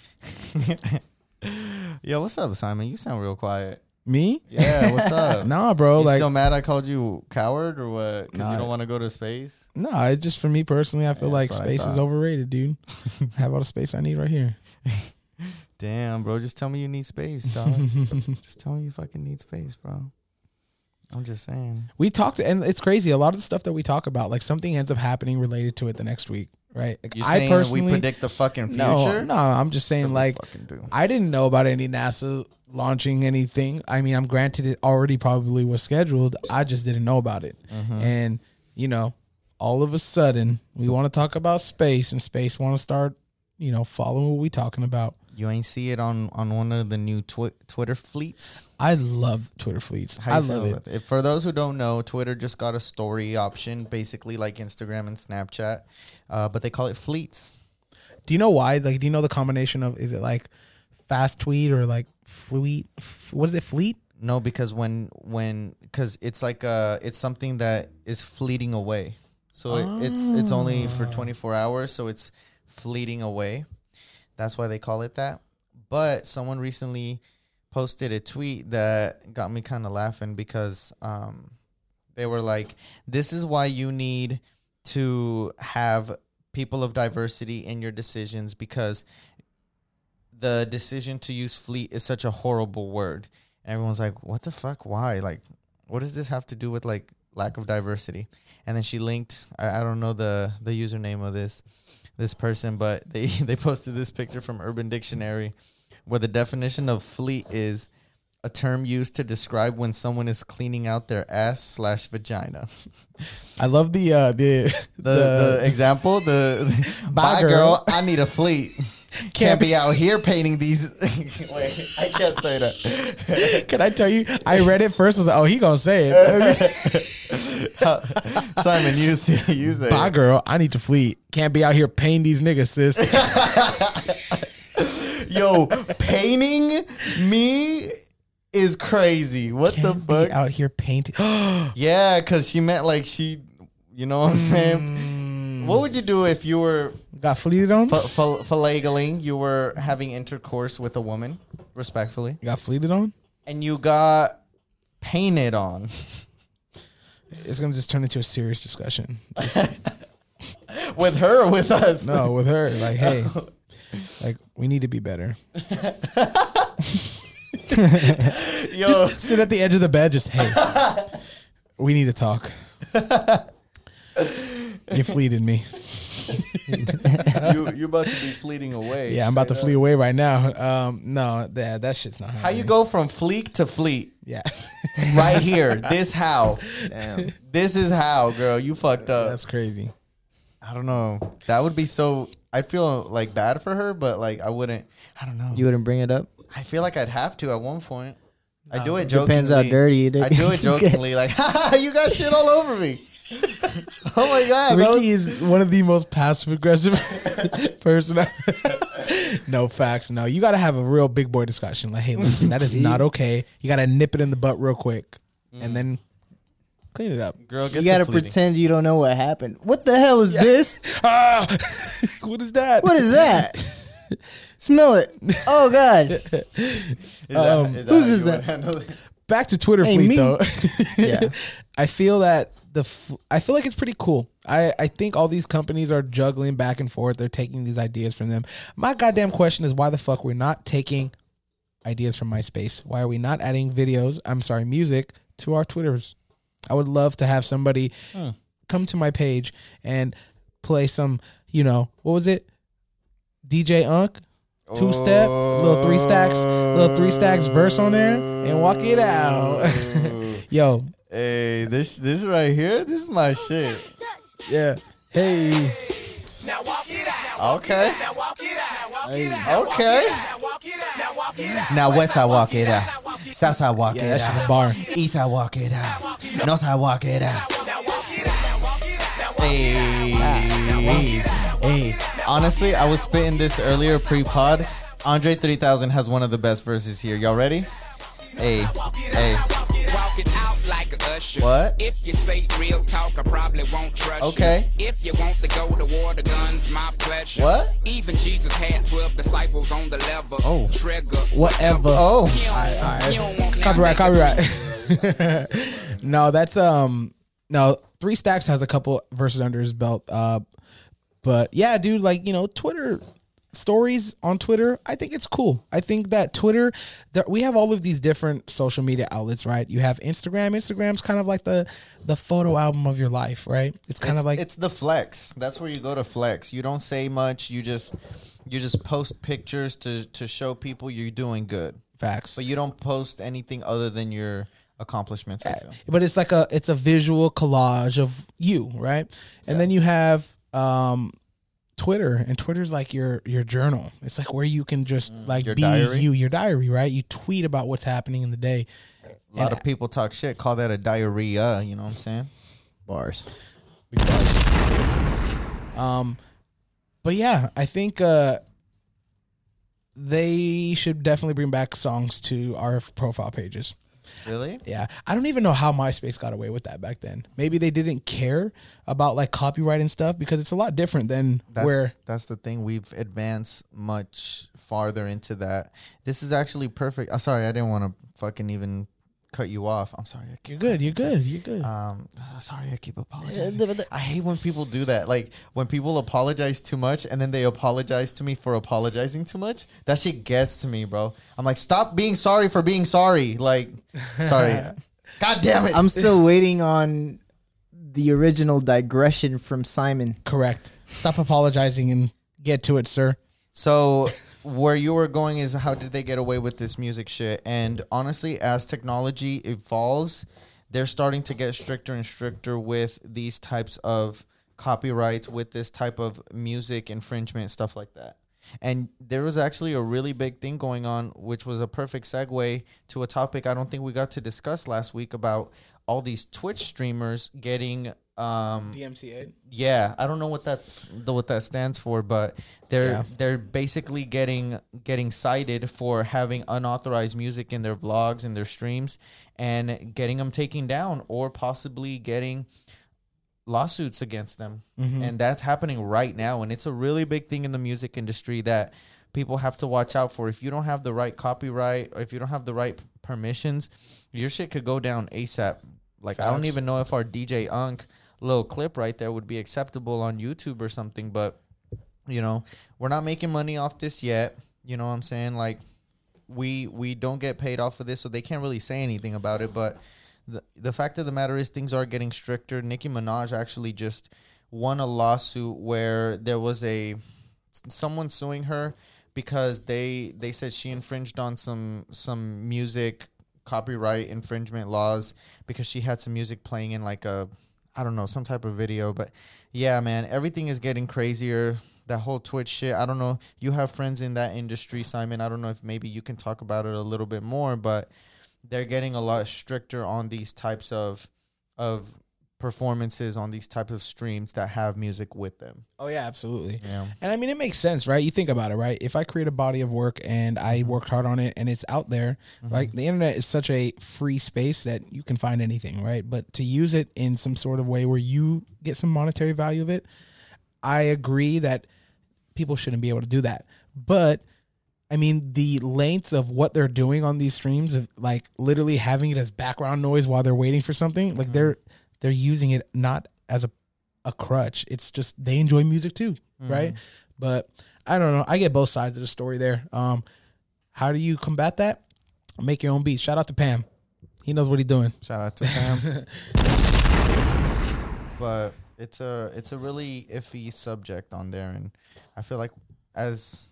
Speaker 2: one. [LAUGHS] Yo, what's up, Simon? You sound real quiet.
Speaker 3: Me?
Speaker 2: Yeah,
Speaker 3: [LAUGHS]
Speaker 2: what's up?
Speaker 3: Nah, bro.
Speaker 2: you
Speaker 3: like
Speaker 2: still mad I called you coward or what? 'Cause
Speaker 3: Nah.
Speaker 2: you don't want to go to space?
Speaker 3: No, nah, it's just for me personally, I feel
Speaker 2: Yeah,
Speaker 3: like
Speaker 2: that's what I
Speaker 3: space is
Speaker 2: thought.
Speaker 3: overrated,
Speaker 2: [LAUGHS]
Speaker 3: dude. I have all the space I need right here.
Speaker 2: Damn, bro. Just tell me you need space,
Speaker 3: [LAUGHS]
Speaker 2: dog. just tell me you fucking need space, bro. I'm just saying.
Speaker 3: we talked and it's crazy a lot of the stuff that we talk about like something ends up happening related to it the next week right like,
Speaker 2: You
Speaker 3: i
Speaker 2: saying
Speaker 3: personally
Speaker 2: we predict the fucking future?
Speaker 3: no no i'm just
Speaker 2: What
Speaker 3: saying
Speaker 2: we
Speaker 3: like
Speaker 2: fucking do.
Speaker 3: i didn't know about any nasa launching anything i mean i'm granted it already probably was scheduled i just didn't know about it
Speaker 2: Mm-hmm.
Speaker 3: and you know all of a sudden we want to talk about space and space want to start you know following what we talking about
Speaker 2: You ain't see it on on one of the new twi- Twitter fleets.
Speaker 3: i love twitter fleets
Speaker 2: How you
Speaker 3: i
Speaker 2: feel
Speaker 3: love it
Speaker 2: about that? For those who don't know, Twitter just got a story option, basically like Instagram and Snapchat, uh, but they call it fleets.
Speaker 3: Do you know why? Like, do you know the combination of is it like fast tweet or like fleet? F- what is it? Fleet?
Speaker 2: No, because when when because it's like uh it's something that is fleeting away. So it, it's it's only for 24 hours, so it's fleeting away. That's why they call it that. But someone recently posted a tweet that got me kind of laughing because um, they were like, "This is why you need to have people of diversity in your decisions because the decision to use fleet is such a horrible word. And everyone's like, what the fuck? Why? Like, what does this have to do with like lack of diversity? And then she linked, I, I don't know the, the username of this, this person, but [LAUGHS] they, they posted this picture from Urban Dictionary where the definition of fleet is a term used to describe when someone is cleaning out their ass slash vagina. [LAUGHS]
Speaker 3: I love the uh, the
Speaker 2: The, the, example, the [LAUGHS] bye, girl.
Speaker 3: girl.
Speaker 2: I need a [LAUGHS] fleet. Can't, be out here painting these. [LAUGHS] Wait, I can't say that.
Speaker 3: [LAUGHS] Can I tell you? I read it first. Was like, oh, he gonna say
Speaker 2: [LAUGHS]
Speaker 3: it.
Speaker 2: [LAUGHS] Simon, you see, you say.
Speaker 3: Bye, girl. I need to flee. Can't be out here paying these niggas,
Speaker 2: [LAUGHS]
Speaker 3: sis.
Speaker 2: Yo, painting me is crazy. What the
Speaker 3: Can't be
Speaker 2: fuck?
Speaker 3: out here [GASPS] painting.
Speaker 2: Yeah, because she meant like she, you know what I'm saying? What would you do if you were
Speaker 3: Got fleeted on.
Speaker 2: fa- fa- flageling, you were having intercourse with a woman, respectfully,
Speaker 3: Got fleeted on.
Speaker 2: and you got painted on? [LAUGHS]
Speaker 3: It's gonna just turn into a serious discussion.
Speaker 2: with her or with us?
Speaker 3: No, with her, like,
Speaker 2: [LAUGHS]
Speaker 3: hey, like we need to be better.
Speaker 2: Yo,
Speaker 3: Sit at the edge of the bed, just hey,
Speaker 2: [LAUGHS]
Speaker 3: we need to talk. You fleeted me.
Speaker 2: you you about to be fleeting away.
Speaker 3: Yeah, I'm about to
Speaker 2: straight
Speaker 3: flee away right now. Um, no, that that shit's not
Speaker 2: up. How
Speaker 3: happening.
Speaker 2: you go from fleek to fleet? [LAUGHS]
Speaker 3: Yeah,
Speaker 2: Right here. this how.
Speaker 1: Damn.
Speaker 2: This is how, girl. You fucked up.
Speaker 3: that's crazy.
Speaker 2: I don't know. That would be so. I feel like bad for her, but like I wouldn't. I don't know.
Speaker 1: You wouldn't bring it up?
Speaker 2: I feel like I'd have to at one point. I
Speaker 3: Nah,
Speaker 2: do it
Speaker 3: it
Speaker 2: jokingly.
Speaker 1: Depends how dirty you did.
Speaker 2: I do it jokingly, like, [LAUGHS] ha ha, you got shit all over me. [LAUGHS] oh my god, that was-
Speaker 3: Ricky is one of the most passive aggressive [LAUGHS] person. I- [LAUGHS] no facts. No, you got to have a real big boy discussion. Like, hey, listen, that is not okay. You got to nip it in the butt real quick,
Speaker 2: Mm.
Speaker 3: and then clean it up.
Speaker 2: girl. Get
Speaker 1: you gotta
Speaker 2: to fleeting.
Speaker 1: pretend you don't know what happened. What the hell is this?
Speaker 3: Ah, [LAUGHS] what is that?
Speaker 1: What is [LAUGHS] that? Smell it. Oh god.
Speaker 2: Is that-
Speaker 3: um,
Speaker 2: is
Speaker 1: whose is
Speaker 2: how you
Speaker 1: that?
Speaker 2: would handle it?
Speaker 3: Back to Twitter
Speaker 1: Hey,
Speaker 3: fleet
Speaker 1: me. [LAUGHS]
Speaker 3: though.
Speaker 1: Yeah.
Speaker 3: I feel that the f- I feel like it's pretty cool. I I think all these companies are juggling back and forth. They're taking these ideas from them. My goddamn question is why the fuck we're not taking ideas from MySpace? Why are we not adding videos? I'm sorry, music to our Twitters. I would love to have somebody come to my page and play some. You know what was it? DJ Unk. Two step, little three stacks, little three stacks verse on there, and walk it out. [LAUGHS] Yo,
Speaker 2: Hey, this this right here, this is my shit.
Speaker 3: yeah. Hey.
Speaker 4: Now walk it out.
Speaker 2: Okay.
Speaker 4: Now walk it out. Now walk it out.
Speaker 2: Okay.
Speaker 4: Now walk it out. Now walk it out.
Speaker 2: Now west I walk it out. South I walk
Speaker 3: Yeah,
Speaker 2: it
Speaker 3: that's just
Speaker 2: out.
Speaker 3: a bar.
Speaker 2: East I walk it out. North I walk it out.
Speaker 4: Now walk it out. Now walk it out. Now walk
Speaker 2: Hey, hey, hey. Honestly, I was spitting this earlier pre-pod. Andre 3000 has one of the best verses here. Y'all ready? Hey, hey.
Speaker 5: Walk it out like a usher.
Speaker 2: What?
Speaker 5: If you say real talk, I probably won't trust
Speaker 2: Okay.
Speaker 5: you. If you want to go to war, the gun's my pleasure.
Speaker 2: What?
Speaker 5: Even Jesus had 12 disciples on the level.
Speaker 2: Oh.
Speaker 5: Trigger.
Speaker 3: Whatever.
Speaker 2: Oh,
Speaker 5: You don't- you don't want now,
Speaker 3: Copyright,
Speaker 5: make it
Speaker 3: copyright. [LAUGHS] no, that's um no, Three Stacks has a couple verses under his belt. Uh but yeah, dude, like, you know, Twitter stories on Twitter, I think it's cool. I think that Twitter that we have all of these different social media outlets, right? You have Instagram. Instagram's kind of like the the photo album of your life, right? It's kind
Speaker 2: it's,
Speaker 3: of like
Speaker 2: it's the flex. That's where you go to flex. You don't say much. You just you just post pictures to to show people you're doing good.
Speaker 3: facts.
Speaker 2: But you don't post anything other than your accomplishments. I feel.
Speaker 3: but it's like a it's a visual collage of you right and then you have um twitter and twitter's like your your journal it's like where you can just like
Speaker 2: Mm, your
Speaker 3: be
Speaker 2: diary?
Speaker 3: you your diary right you tweet about what's happening in the day
Speaker 2: A lot of people talk shit. Call that a diarrhea. You know what I'm saying?
Speaker 1: Bars.
Speaker 3: um but yeah i think uh they should definitely bring back songs to our profile pages
Speaker 2: Really?
Speaker 3: Yeah, I don't even know how MySpace got away with that back then. Maybe they didn't care about like copyright and stuff because it's a lot different than
Speaker 2: That's,
Speaker 3: where
Speaker 2: that's the thing. We've advanced much farther into that. This is actually perfect. Oh, sorry, I didn't want to fucking even cut you off. I'm sorry. I keep-
Speaker 3: you're good, you're good, you're good.
Speaker 2: Um, [SIGHS] sorry, I keep apologizing. I hate when people do that. Like when people apologize too much, and then they apologize to me for apologizing too much. That shit gets to me, bro. I'm like, stop being sorry for being sorry. Like, sorry. God damn it.
Speaker 1: I'm still waiting on the original digression from Simon.
Speaker 3: Correct. Stop apologizing and get to it, sir.
Speaker 2: So where you were going is how did they get away with this music shit? And honestly, as technology evolves, they're starting to get stricter and stricter with these types of copyrights, with this type of music infringement, stuff like that. And there was actually a really big thing going on, which was a perfect segue to a topic I don't think we got to discuss last week about all these Twitch streamers getting um,
Speaker 3: DMCA.
Speaker 2: yeah, I don't know what that's the, what that stands for, but they're they're basically getting getting cited for having unauthorized music in their vlogs and their streams, and getting them taken down or possibly getting lawsuits against them, and that's happening right now, and it's a really big thing in the music industry that people have to watch out for. If you don't have the right copyright or if you don't have the right permissions, your shit could go down ASAP. Like I don't even know if our DJ Unk little clip right there would be acceptable on YouTube or something, but you know, we're not making money off this yet. You know what I'm saying? Like we we don't get paid off of this, so they can't really say anything about it. But the the fact of the matter is, things are getting stricter. Nicki Minaj actually just won a lawsuit where there was a someone suing her because they they said she infringed on some some music copyright infringement laws because she had some music playing in like a I don't know some type of video. But yeah, man, everything is getting crazier. That whole Twitch shit. I don't know. You have friends in that industry, Simon. I don't know if maybe you can talk about it a little bit more, but they're getting a lot stricter on these types of of performances on these types of streams that have music with them.
Speaker 3: Oh yeah, absolutely.
Speaker 2: Yeah.
Speaker 3: And I mean, it makes sense, right? You think about it, right? If I create a body of work and I worked hard on it and it's out there, like the internet is such a free space that you can find anything, right? But to use it in some sort of way where you get some monetary value of it, I agree that people shouldn't be able to do that. But I mean, the lengths of what they're doing on these streams of like literally having it as background noise while they're waiting for something, like they're they're using it not as a a crutch. It's just they enjoy music too, right? But I don't know. I get both sides of the story there. Um, how do you combat that? Make your own beat. Shout out to Pam. He knows what he's doing.
Speaker 2: Shout out to Pam. but it's a it's a really iffy subject on there, and I feel like as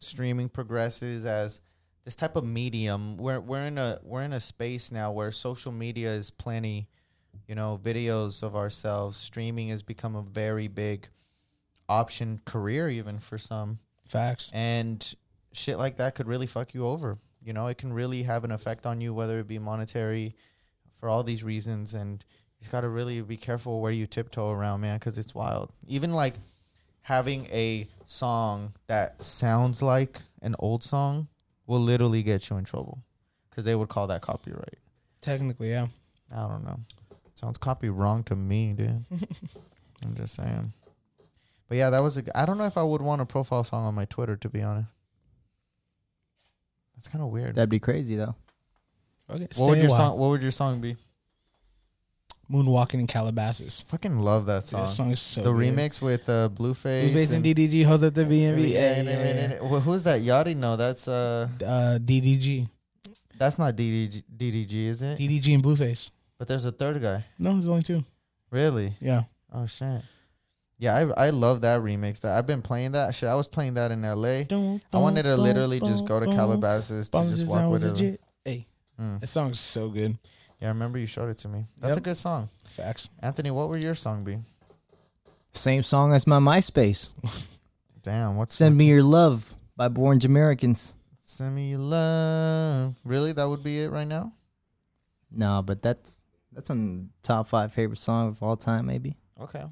Speaker 2: streaming progresses, as this type of medium, we're we're in a we're in a space now where social media is plenty. You know, videos of ourselves. Streaming has become a very big option, career even for some
Speaker 3: Facts.
Speaker 2: and shit like that could really fuck you over. You know, it can really have an effect on you, whether it be monetary, for all these reasons. And you just got to really be careful where you tiptoe around, man, because it's wild. Even like having a song that sounds like an old song will literally get you in trouble because they would call that copyright.
Speaker 3: Technically, yeah.
Speaker 2: I don't know. Sounds copy wrong to me, [LAUGHS] dude. I'm just saying. But yeah, that was a. g- I don't know if I would want a profile song on my Twitter, to be honest. That's kind of weird.
Speaker 1: That'd be crazy though.
Speaker 3: Okay.
Speaker 2: what would
Speaker 3: stay a
Speaker 2: your
Speaker 3: while.
Speaker 2: song? What would your song be?
Speaker 3: Moonwalking in Calabasas.
Speaker 2: Fucking love that song.
Speaker 3: That song is so
Speaker 2: the
Speaker 3: good.
Speaker 2: remix with uh, Blueface.
Speaker 3: Blueface and
Speaker 2: and-
Speaker 3: DDG hold up the VMB.
Speaker 2: Yeah,
Speaker 3: Yeah, yeah,
Speaker 2: yeah, yeah, yeah. Wh- Who's that? Yachty? No, that's uh,
Speaker 3: yeah. Uh, DDG,
Speaker 2: that's not DDG, DDG, is it?
Speaker 3: DDG and Blueface.
Speaker 2: But there's a third guy.
Speaker 3: No, there's only two.
Speaker 2: Really?
Speaker 3: Yeah.
Speaker 2: Oh shit. Yeah, I I love that remix. That I've been playing that shit. I was playing that in L.A.
Speaker 3: Don't,
Speaker 2: I wanted to literally just go to Calabasas to just walk with it.
Speaker 3: Hey,
Speaker 2: Mm.
Speaker 3: that song's so good.
Speaker 2: Yeah, I remember you showed it to me. That's a
Speaker 3: Yep.
Speaker 2: good song.
Speaker 3: Facts.
Speaker 2: Anthony, what would your song be?
Speaker 1: Same song as my MySpace.
Speaker 2: Damn, what's
Speaker 1: Send me your love by Born Americans.
Speaker 2: Send me your love. Really? That would be it right now?
Speaker 1: No, but that's that's on top five favorite song of all time, maybe.
Speaker 2: Okay.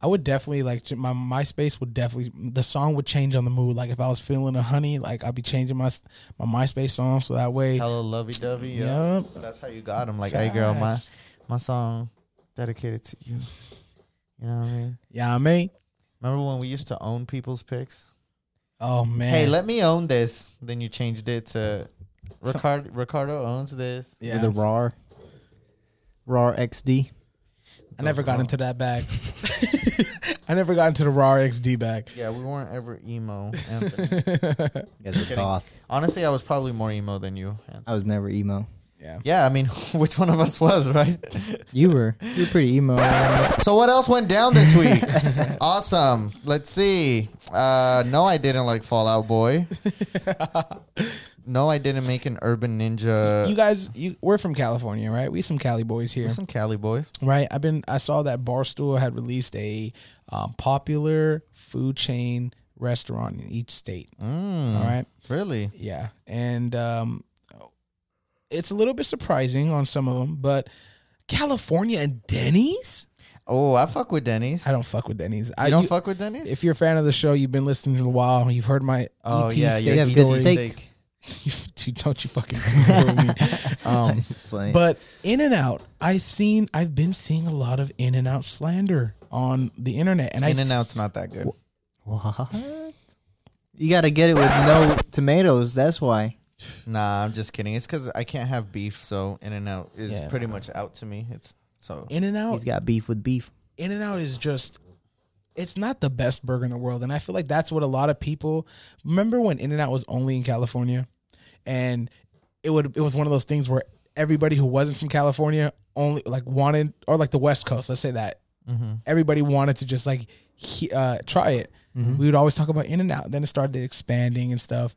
Speaker 3: I would definitely like ch- my MySpace would definitely the song would change on the mood. Like if I was feeling a honey, like I'd be changing my s- my MySpace song so that way.
Speaker 2: Hello, lovey dovey.
Speaker 3: Yup.
Speaker 2: That's how you got him. Like, hey, girl, my
Speaker 3: Facts.
Speaker 2: my song dedicated to you. You know what I mean?
Speaker 3: Yeah, I mean,
Speaker 2: Remember when we used to own people's picks?
Speaker 3: oh man,
Speaker 2: Hey, let me own this. Then you changed it to Ricardo. Ricardo owns this.
Speaker 3: yeah.
Speaker 1: With a RAR. RAR XD.
Speaker 3: I never got into that bag. [LAUGHS] I never got into the raw XD bag.
Speaker 2: Yeah, we weren't ever emo. Anthony.
Speaker 1: You guys are goth.
Speaker 2: Honestly, I was probably more emo than you. Anthony.
Speaker 1: I was never emo.
Speaker 3: Yeah,
Speaker 2: Yeah, I mean, [LAUGHS] which one of us was right?
Speaker 1: You were. You were pretty
Speaker 3: [LAUGHS]
Speaker 1: emo.
Speaker 2: so what else went down [LAUGHS] this week? awesome. Let's see. Uh, no, I didn't like Fallout [LAUGHS] Boy. no, I didn't make an Urban Ninja.
Speaker 3: you guys, you we're from California, right? We some Cali boys here,
Speaker 2: There's some Cali boys.
Speaker 3: right? I've been, I saw that Barstool had released a um, popular food chain restaurant in each state.
Speaker 2: Mm.
Speaker 3: All right,
Speaker 2: Really?
Speaker 3: yeah, and um, it's a little bit surprising on some of them, but California and Denny's.
Speaker 2: Oh, I fuck with Denny's.
Speaker 3: I don't fuck with Denny's. I
Speaker 2: you don't fuck with Denny's?
Speaker 3: If you're a fan of the show, you've been listening for a while. You've heard my
Speaker 2: oh
Speaker 3: ET
Speaker 2: yeah,
Speaker 3: steak
Speaker 2: yeah,
Speaker 1: good
Speaker 3: story.
Speaker 1: steak.
Speaker 3: Dude, don't [LAUGHS] you fucking screw
Speaker 2: [LAUGHS]
Speaker 3: me. Um, but In and Out, I seen, I've been seeing a lot of In and Out slander on the internet, and I
Speaker 2: In and Out's not that good.
Speaker 1: what? You gotta get it with no tomatoes. That's why.
Speaker 2: Nah, I'm just kidding. It's because I can't have beef, so In and Out is
Speaker 3: Yeah.
Speaker 2: pretty much out to me. It's so
Speaker 3: In and
Speaker 1: He's
Speaker 3: Out,
Speaker 1: got beef with beef.
Speaker 3: In and Out is just. It's not the best burger in the world, and I feel like that's what a lot of people remember when In and Out was only in California, and it would it was one of those things where everybody who wasn't from California only like wanted or like the West Coast, let's say that
Speaker 2: Mm-hmm.
Speaker 3: everybody wanted to just like he, uh, try it.
Speaker 2: Mm-hmm.
Speaker 3: We would always talk about In and Out. Then it started expanding and stuff.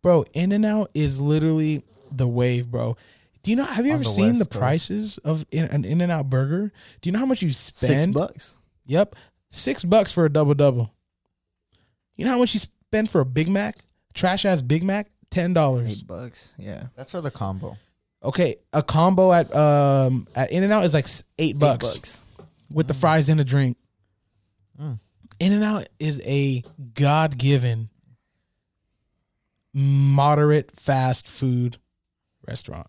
Speaker 3: Bro, In and Out is literally the wave, bro. Do you know? Have you
Speaker 2: On
Speaker 3: ever
Speaker 2: the
Speaker 3: seen
Speaker 2: West
Speaker 3: the
Speaker 2: Coast.
Speaker 3: prices of in, an In and Out burger? Do you know how much you spend?
Speaker 1: Six bucks.
Speaker 3: Yep, six bucks for a double double. You know how much you spend for a Big Mac? Trash ass Big Mac, ten dollars.
Speaker 1: Eight bucks. Yeah.
Speaker 2: that's for the combo.
Speaker 3: Okay, a combo at um at In and Out is like s- eight bucks,
Speaker 1: Eight bucks.
Speaker 3: with the fries and a drink. In and Out is a god given moderate fast food restaurant.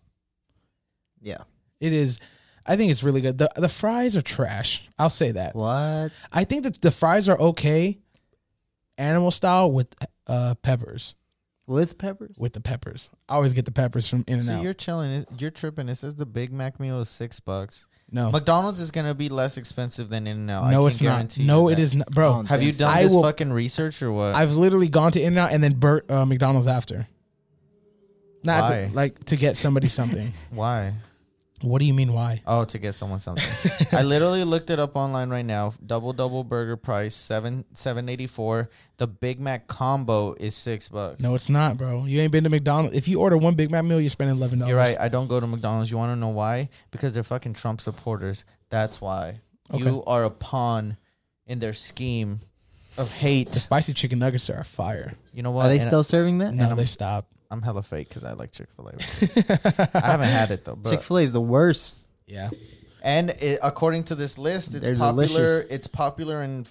Speaker 1: Yeah.
Speaker 3: It is. I think it's really good. the The fries are trash. I'll say that.
Speaker 1: What?
Speaker 3: I think that the fries are okay, animal style with uh peppers.
Speaker 1: With peppers?
Speaker 3: With the peppers, I always get the peppers from In and
Speaker 2: See, you're
Speaker 3: Out.
Speaker 2: chilling. It- You're tripping. It says the Big Mac meal is six bucks.
Speaker 3: No,
Speaker 2: McDonald's is gonna be less expensive than In and Out.
Speaker 3: no, it's not.
Speaker 2: guarantee
Speaker 3: No,
Speaker 2: you
Speaker 3: it
Speaker 2: that.
Speaker 3: is not, bro.
Speaker 1: Oh,
Speaker 2: Have you
Speaker 1: Thanks.
Speaker 2: done
Speaker 3: I
Speaker 2: this
Speaker 3: will-
Speaker 2: fucking research or what?
Speaker 3: I've literally gone to In and Out and then Burt uh, McDonald's after. Not
Speaker 2: Why?
Speaker 3: to, like to get somebody
Speaker 2: [LAUGHS]
Speaker 3: something.
Speaker 2: Why?
Speaker 3: what do you mean? Why?
Speaker 2: Oh, to get
Speaker 3: [LAUGHS]
Speaker 2: someone something. I literally looked it up online right now. Double double burger price seven seven eighty four. The Big Mac combo is six bucks.
Speaker 3: No, it's not, bro. You ain't been to McDonald's. If you order one Big Mac meal, you're spending eleven dollars.
Speaker 2: You're right. I don't go to McDonald's. You want to know why? Because they're fucking Trump supporters. That's why. You are a pawn in their scheme of
Speaker 3: The
Speaker 2: hate.
Speaker 3: spicy chicken nuggets are fire.
Speaker 2: You know what?
Speaker 1: Are they
Speaker 2: And
Speaker 1: still serving that?
Speaker 3: No, they stop.
Speaker 2: I'm hella fake because I like Chick Fil A. I haven't had it though. But,
Speaker 1: Chick fil A is the worst.
Speaker 3: Yeah.
Speaker 2: and it, according to this list, it's
Speaker 1: They're
Speaker 2: popular.
Speaker 1: delicious.
Speaker 2: It's popular in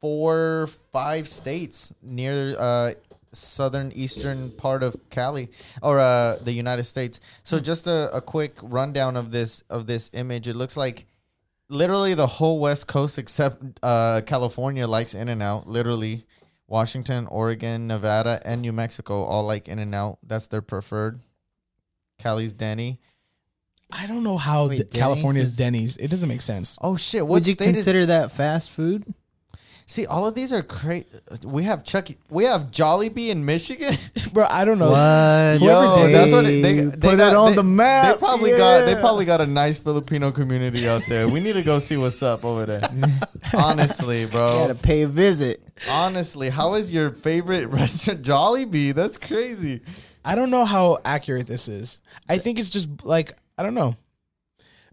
Speaker 2: four, five states near uh, southern eastern part of Cali or uh, the United States. So just a, a quick rundown of this of this image. It looks like literally the whole West Coast except uh, California likes In and Out. Literally, Washington, Oregon, Nevada, and New Mexico all like In and Out. That's their preferred. Cali's Denny.
Speaker 3: I don't know how
Speaker 1: Wait,
Speaker 3: the-
Speaker 1: Denny's
Speaker 3: California's
Speaker 1: is-
Speaker 3: Denny's. It doesn't make
Speaker 2: [LAUGHS]
Speaker 3: sense.
Speaker 2: Oh shit! What
Speaker 1: Would you
Speaker 2: state is-
Speaker 1: consider that fast food?
Speaker 2: See, all of these are crazy. We have Chucky. We have Jollibee in Michigan. [LAUGHS]
Speaker 3: Bro, I don't know.
Speaker 1: What?
Speaker 3: Yo,
Speaker 1: Whoever
Speaker 2: that's what
Speaker 1: did-
Speaker 2: it- they, they
Speaker 1: put
Speaker 2: got-
Speaker 1: it on
Speaker 2: they-
Speaker 1: the map.
Speaker 2: They probably got they
Speaker 1: Yeah.
Speaker 2: probably got a nice Filipino community out there. We need to go see what's up over
Speaker 1: [LAUGHS]
Speaker 2: there. Honestly, bro.
Speaker 1: gotta pay a visit.
Speaker 2: Honestly, how is your favorite [LAUGHS] restaurant Jollibee? That's crazy.
Speaker 3: I don't know how accurate this is. I think it's just like I don't know.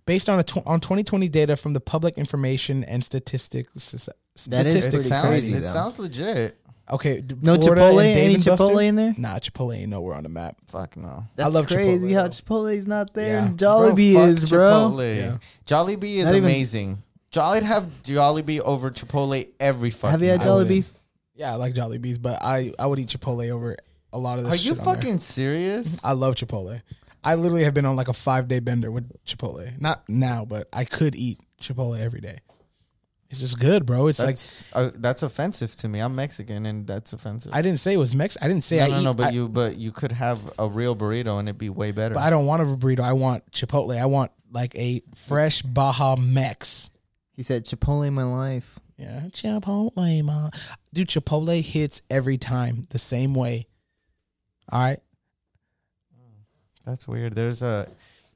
Speaker 3: Based on a tw- on 2020 data from the Public Information and Statistics Soci-
Speaker 1: That is
Speaker 2: It
Speaker 1: pretty
Speaker 3: Statistics
Speaker 2: sounds
Speaker 1: crazy,
Speaker 2: it
Speaker 1: though.
Speaker 2: sounds legit.
Speaker 3: Okay, d-
Speaker 1: No
Speaker 3: Florida
Speaker 1: Chipotle?
Speaker 3: and Dave
Speaker 1: Any
Speaker 3: and Buster?
Speaker 1: Chipotle in there?
Speaker 3: Nah, Chipotle ain't nowhere on the map.
Speaker 2: Fuck no.
Speaker 1: That's
Speaker 3: love
Speaker 1: crazy
Speaker 3: Chipotle,
Speaker 1: how
Speaker 3: though.
Speaker 1: Chipotle's not there
Speaker 3: Yeah.
Speaker 1: and
Speaker 2: Bro,
Speaker 1: Jollibee
Speaker 2: fuck
Speaker 1: is, bro.
Speaker 2: Chipotle.
Speaker 3: Yeah.
Speaker 2: Jollibee is
Speaker 1: Not even-
Speaker 2: amazing. Jo- I'd have Jollibee over Chipotle every fucking.
Speaker 1: Have you had
Speaker 2: night.
Speaker 1: Jollibees?
Speaker 3: Yeah, I like Jolly Bees, but I I would eat Chipotle over a lot of this.
Speaker 2: Are you
Speaker 3: shit on there.
Speaker 2: fucking serious?
Speaker 3: I love Chipotle. I literally have been on like a five day bender with Chipotle. Not now, but I could eat Chipotle every day. It's just good, bro. It's
Speaker 2: That's uh, that's offensive to me. I'm Mexican, and that's offensive.
Speaker 3: like I didn't say it was Mexican. I didn't say I
Speaker 2: no,
Speaker 3: eat.
Speaker 2: no, no, but
Speaker 3: I,
Speaker 2: you but you could have a real burrito and it'd be way better.
Speaker 3: but I don't want a burrito. I want Chipotle. I want like a fresh Baja Mex.
Speaker 1: He said Chipotle my life.
Speaker 3: Yeah, Chipotle, ma. Dude, Chipotle hits every time the same way. All right,
Speaker 2: That's weird. There's a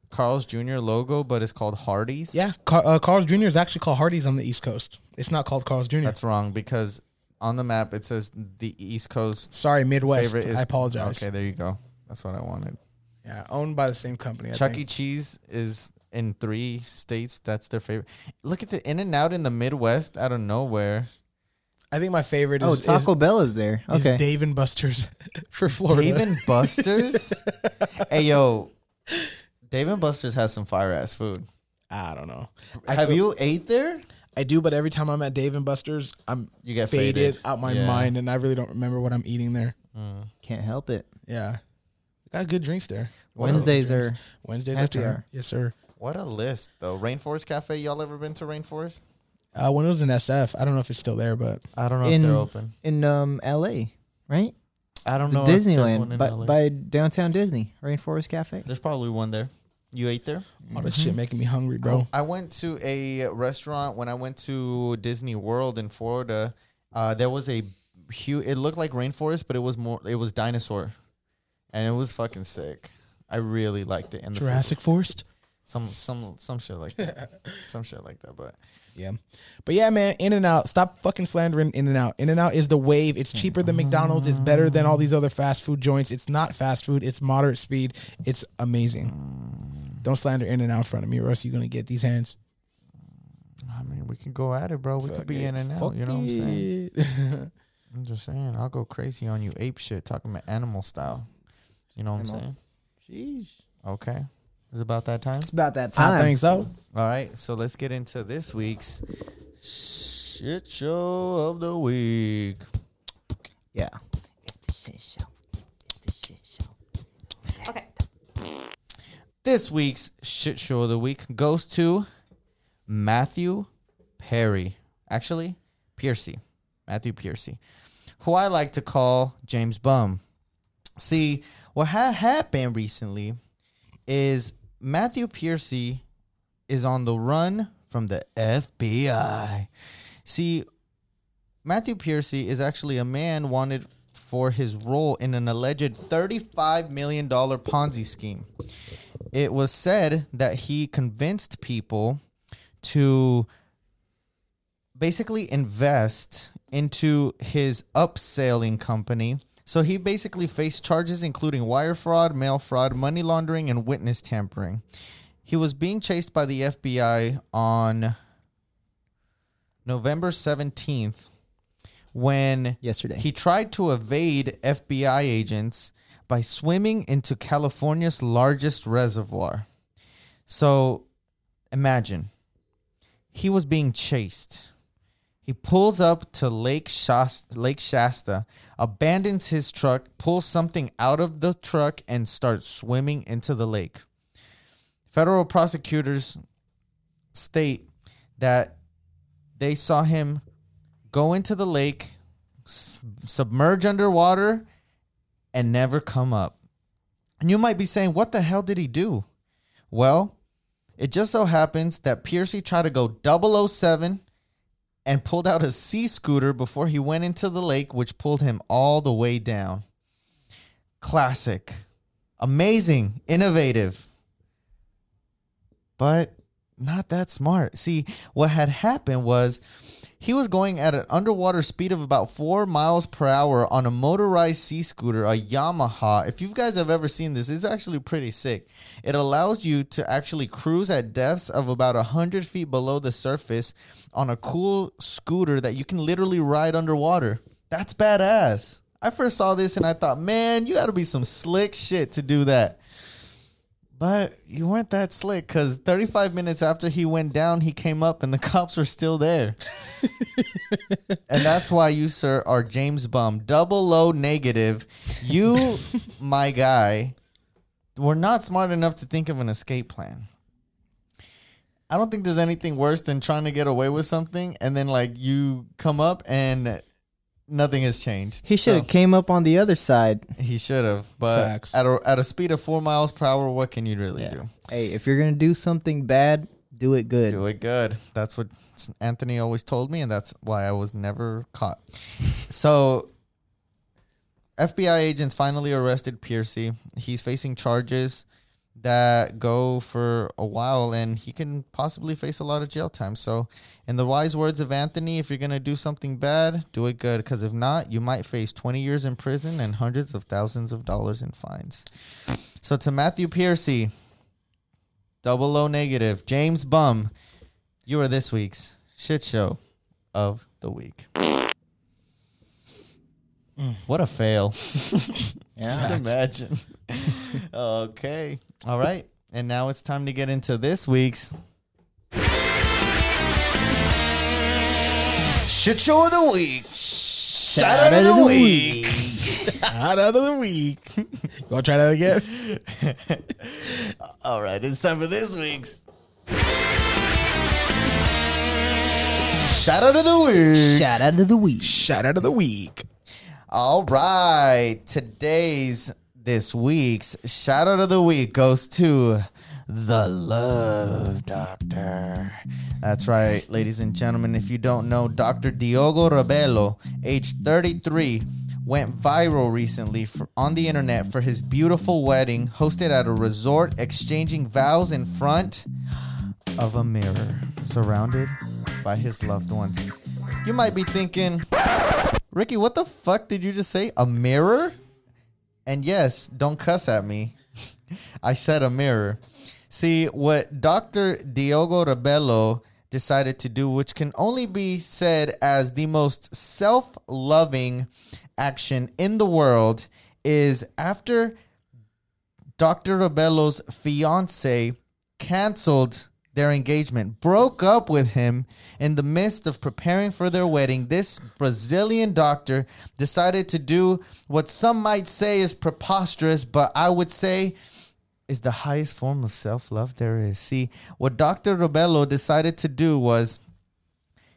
Speaker 2: Carl's Jr. logo, but it's called Hardee's.
Speaker 3: yeah. Car- uh, Carl's Jr. is actually called Hardee's on the East Coast. It's not called Carl's Jr.
Speaker 2: That's wrong because on the map it says the East Coast
Speaker 3: Sorry, Midwest.
Speaker 2: favorite is.
Speaker 3: I apologize.
Speaker 2: Okay, there you go. That's what I wanted.
Speaker 3: Yeah, owned by the same company. I
Speaker 2: Chuck
Speaker 3: think.
Speaker 2: E. Cheese is in three states. That's their favorite. Look at the In and Out in the Midwest out of nowhere. E.
Speaker 3: I think my favorite is,
Speaker 1: Oh,
Speaker 3: is-
Speaker 1: Taco Bell is there.
Speaker 3: is
Speaker 1: Okay.
Speaker 3: Dave and Buster's [LAUGHS] for Florida.
Speaker 2: Dave and Buster's. hey yo, Dave and Buster's has some fire ass food.
Speaker 3: I don't know. I
Speaker 2: Have
Speaker 3: feel-
Speaker 2: you ate there?
Speaker 3: I do, but every time I'm at Dave and Buster's, I'm
Speaker 2: You get
Speaker 3: faded,
Speaker 2: faded.
Speaker 3: out my
Speaker 2: Yeah.
Speaker 3: mind, and I really don't remember what I'm eating there.
Speaker 1: Can't help it.
Speaker 3: Yeah, got good drinks there.
Speaker 1: Wednesdays
Speaker 3: Drinks.
Speaker 1: are
Speaker 3: Wednesdays
Speaker 1: happy
Speaker 3: are turn.
Speaker 1: hour.
Speaker 3: Yes, sir.
Speaker 2: What a list though. Rainforest Cafe. Y'all ever been to Rainforest?
Speaker 3: Uh, when it was in SF, I don't know if it's still there, but
Speaker 2: I don't know
Speaker 1: In-
Speaker 2: if they're open.
Speaker 1: in um L.A. Right?
Speaker 2: I don't
Speaker 1: The
Speaker 2: know. if there's one
Speaker 1: Disneyland
Speaker 2: in
Speaker 1: by,
Speaker 2: LA.
Speaker 1: by downtown Disney Rainforest Cafe.
Speaker 2: There's probably one there. You ate there?
Speaker 3: all this
Speaker 2: Mm-hmm.
Speaker 3: shit making me hungry, bro.
Speaker 2: I went to a restaurant when I went to Disney World in Florida. Uh, there was a huge. It looked like rainforest, but it was more. It was dinosaur, and it was fucking sick. I really liked it. And the food-
Speaker 3: Jurassic Forest.
Speaker 2: some some some shit like that. some shit like that. But
Speaker 3: Yeah. But yeah, man, In and Out. Stop fucking slandering In and Out. In and Out is the wave. It's cheaper than McDonald's. It's better than all these other fast food joints. It's not fast food. It's moderate speed. It's amazing.
Speaker 2: Mm.
Speaker 3: Don't slander In and Out in front of me, or else you're gonna get these hands.
Speaker 2: I mean, we can go at it, bro. We could be in and out. You know what I'm saying?
Speaker 3: [LAUGHS] saying?
Speaker 2: I'm just saying. I'll go crazy on you, ape shit. Talking about animal style. You know what I'm saying?
Speaker 1: Jeez.
Speaker 2: Okay, it's about that time.
Speaker 1: It's about that
Speaker 3: I
Speaker 1: time.
Speaker 3: think so.
Speaker 2: All right, so let's get into this week's shit show of the week.
Speaker 1: Yeah.
Speaker 2: This week's shit show of the week goes to Matthew Perry. Actually, Piercy. Matthew Piercy, who I like to call James Bum. See, what ha- happened recently is Matthew Piercy is on the run from the FBI. See, Matthew Piercy is actually a man wanted for his role in an alleged $35 million Ponzi scheme. It was said that he convinced people to basically invest into his upselling company. So he basically faced charges including wire fraud, mail fraud, money laundering, and witness tampering. He was being chased by the FBI on November 17th when
Speaker 1: Yesterday.
Speaker 2: he tried to evade FBI agents by swimming into California's largest reservoir. So imagine he was being chased. He pulls up to Lake Shasta, Lake Shasta, abandons his truck, pulls something out of the truck, and starts swimming into the lake. Federal prosecutors state that they saw him go into the lake, s- submerge underwater, and never come up. And you might be saying, what the hell did he do? Well, it just so happens that Piercy tried to go 007 and pulled out a sea scooter before he went into the lake, which pulled him all the way down. Classic. Amazing. Innovative. But not that smart. See, what had happened was he was going at an underwater speed of about four miles per hour on a motorized sea scooter, a Yamaha. If you guys have ever seen this, it's actually pretty sick. It allows you to actually cruise at depths of about 100 feet below the surface on a cool scooter that you can literally ride underwater. That's badass. I first saw this and I thought, man, you gotta be some slick shit to do that. But you weren't that slick because 35 minutes after he went down, he came up and the [LAUGHS] cops were still there. and that's why you, sir, are James Bum. Double O negative. You, my guy, were not smart enough to think of an escape plan. I don't think there's anything worse than trying to get away with something and then, like, you come up and nothing has changed.
Speaker 1: He should have came up on the other side.
Speaker 2: He should have, but
Speaker 3: Facts.
Speaker 2: at a at a speed of four miles per hour, what can you really do?
Speaker 1: Hey, if you're gonna do something bad, do it good.
Speaker 2: Do it good. That's what Anthony always told me, and that's why I was never caught. so, FBI agents finally arrested Piercy. He's facing charges that go for a while, and he can possibly face a lot of jail time. So, in the wise words of Anthony, if you're going to do something bad, do it good, because if not, you might face 20 years in prison and hundreds of thousands of dollars in fines. So, to Matthew Piercy, double O negative, James Bum. You are this week's shit show of the week. What a [LAUGHS] fail. yeah, [LAUGHS] imagine. okay. All right. And now it's time to get into this week's shit show of the week. Shout out of the week.
Speaker 3: Out of the week. [LAUGHS] you want to try that again?
Speaker 2: All right, it's time for this week's shout out of the week.
Speaker 1: Shout out to the week.
Speaker 3: Shout out of the week.
Speaker 2: All right. Today's, this week's shout out of the week goes to the Love Doctor. That's right, ladies and gentlemen. If you don't know, Dr. Diogo Rebelo, age 33, went viral recently for, on the internet for his beautiful wedding hosted at a resort, exchanging vows in front of a mirror, surrounded by his loved ones. You might be thinking, Ricky, what the fuck did you just say? A mirror? And yes, don't cuss at me. [LAUGHS] I said a mirror. See, what Dr. Diogo Rebello decided to do, which can only be said as the most self loving action in the world, is after Dr. Rebello's fiance canceled their engagement, broke up with him in the midst of preparing for their wedding. This Brazilian doctor decided to do what some might say is preposterous, but I would say is the highest form of self love there is. See, what Dr. Robello decided to do was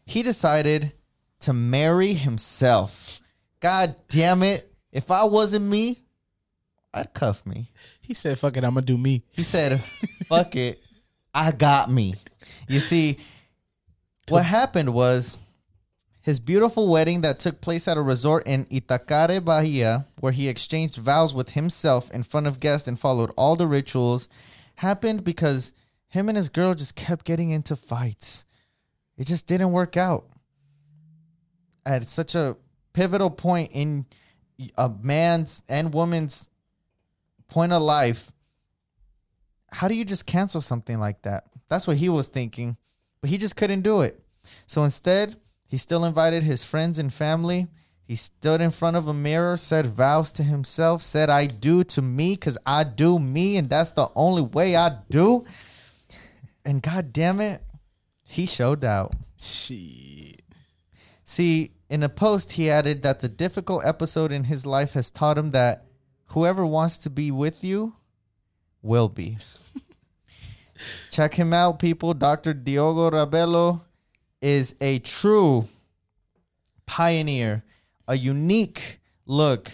Speaker 2: he decided to marry himself. God damn it. If I wasn't me, I'd cuff me.
Speaker 3: He said, fuck it, I'm going to do me.
Speaker 2: He said, "Fuck it, I got me." You see, what happened was his beautiful wedding that took place at a resort in Itacare, Bahia, where he exchanged vows with himself in front of guests and followed all the rituals, happened because him and his girl just kept getting into fights. It just didn't work out at such a pivotal point in a man's and woman's point of life how do you just cancel something like that? That's what he was thinking, but he just couldn't do it. So instead, he still invited his friends and family. He stood in front of a mirror, said vows to himself, said, I do to me because I do me, and that's the only way I do. And god damn it, he showed out.
Speaker 3: Shit.
Speaker 2: See, in a post, he added that the difficult episode in his life has taught him that whoever wants to be with you will be. Check him out, people. Dr. Diogo Rabello is a true pioneer, a unique look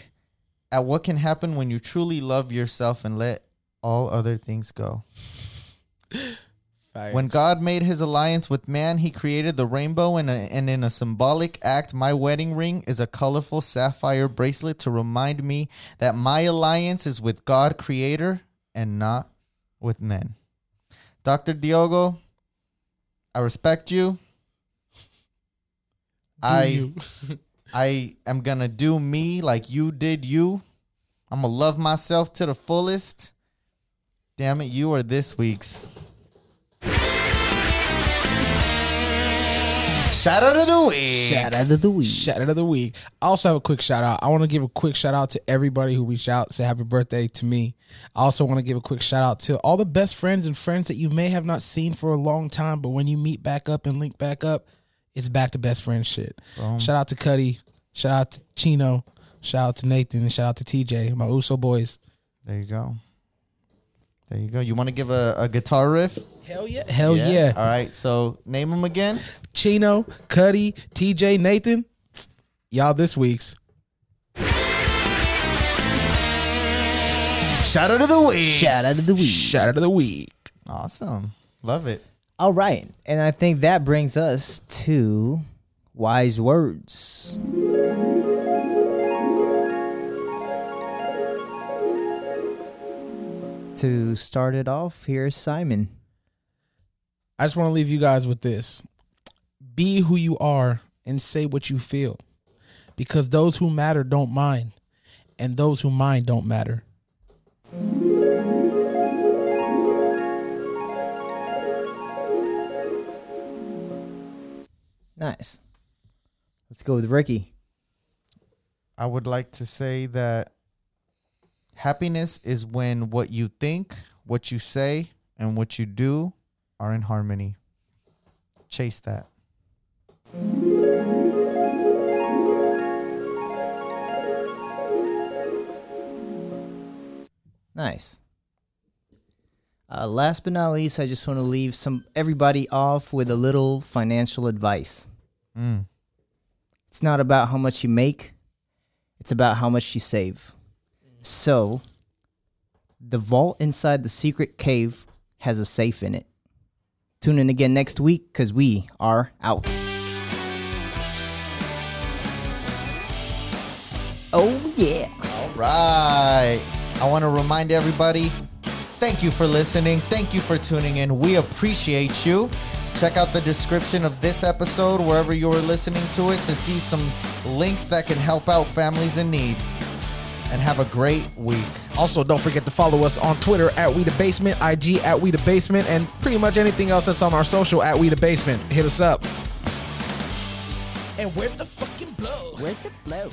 Speaker 2: at what can happen when you truly love yourself and let all other things go. When God made his alliance with man, he created the rainbow, and, and in a symbolic act, my wedding ring is a colorful sapphire bracelet to remind me that my alliance is with God, creator, and not with men. Dr. Diogo, I respect you. I.
Speaker 3: You.
Speaker 2: I am gonna do me like you did you. I'm gonna love myself to the fullest. Damn it, you are this week's Shout out of the week.
Speaker 1: Shout out of the week.
Speaker 3: Shout out of the week. I also have a quick shout out. I want to give a quick shout out to everybody who reached out, say happy birthday to me. I also want to give a quick shout out to all the best friends and friends that you may have not seen for a long time, but when you meet back up and link back up, it's back to best friend shit. Shout out to Cuddy. Shout out to Chino. Shout out to Nathan. And shout out to TJ, my Uso boys.
Speaker 2: There you go. There you go. You want to give a, a guitar riff?
Speaker 3: Hell yeah.
Speaker 2: Oh,
Speaker 3: Hell yeah.
Speaker 2: All right. So name them again.
Speaker 3: Chino, Cuddy, TJ, Nathan. Y'all this week's
Speaker 2: Shout out of the week.
Speaker 1: Shout out of the week.
Speaker 3: shout out of the week.
Speaker 2: Awesome. Love it.
Speaker 1: All right. And I think that brings us to wise words. To start it off, here's Simon.
Speaker 3: I just want to leave you guys with this. Be who you are and say what you feel. Because those who matter don't mind, and those who mind don't matter.
Speaker 1: Nice. Let's go with Ricky.
Speaker 2: I would like to say that happiness is when what you think, what you say, and what you do are in harmony. Chase that.
Speaker 1: Nice. Uh, last but not least, I just want to leave some everybody off with a little financial advice.
Speaker 2: Mm.
Speaker 1: It's not about how much you make; it's about how much you save. So, the vault inside the secret cave has a safe in it. Tune in again next week because we are out. Oh yeah.
Speaker 2: All right. I want to remind everybody thank you for listening. Thank you for tuning in. We appreciate you. Check out the description of this episode wherever you are listening to it to see some links that can help out families in need. And have a great week.
Speaker 3: Also, don't forget to follow us on Twitter at We The Basement, IG at We The Basement, and pretty much anything else that's on our social at We The Basement. Hit us up. And where's the fucking blow?
Speaker 1: Where's the blow?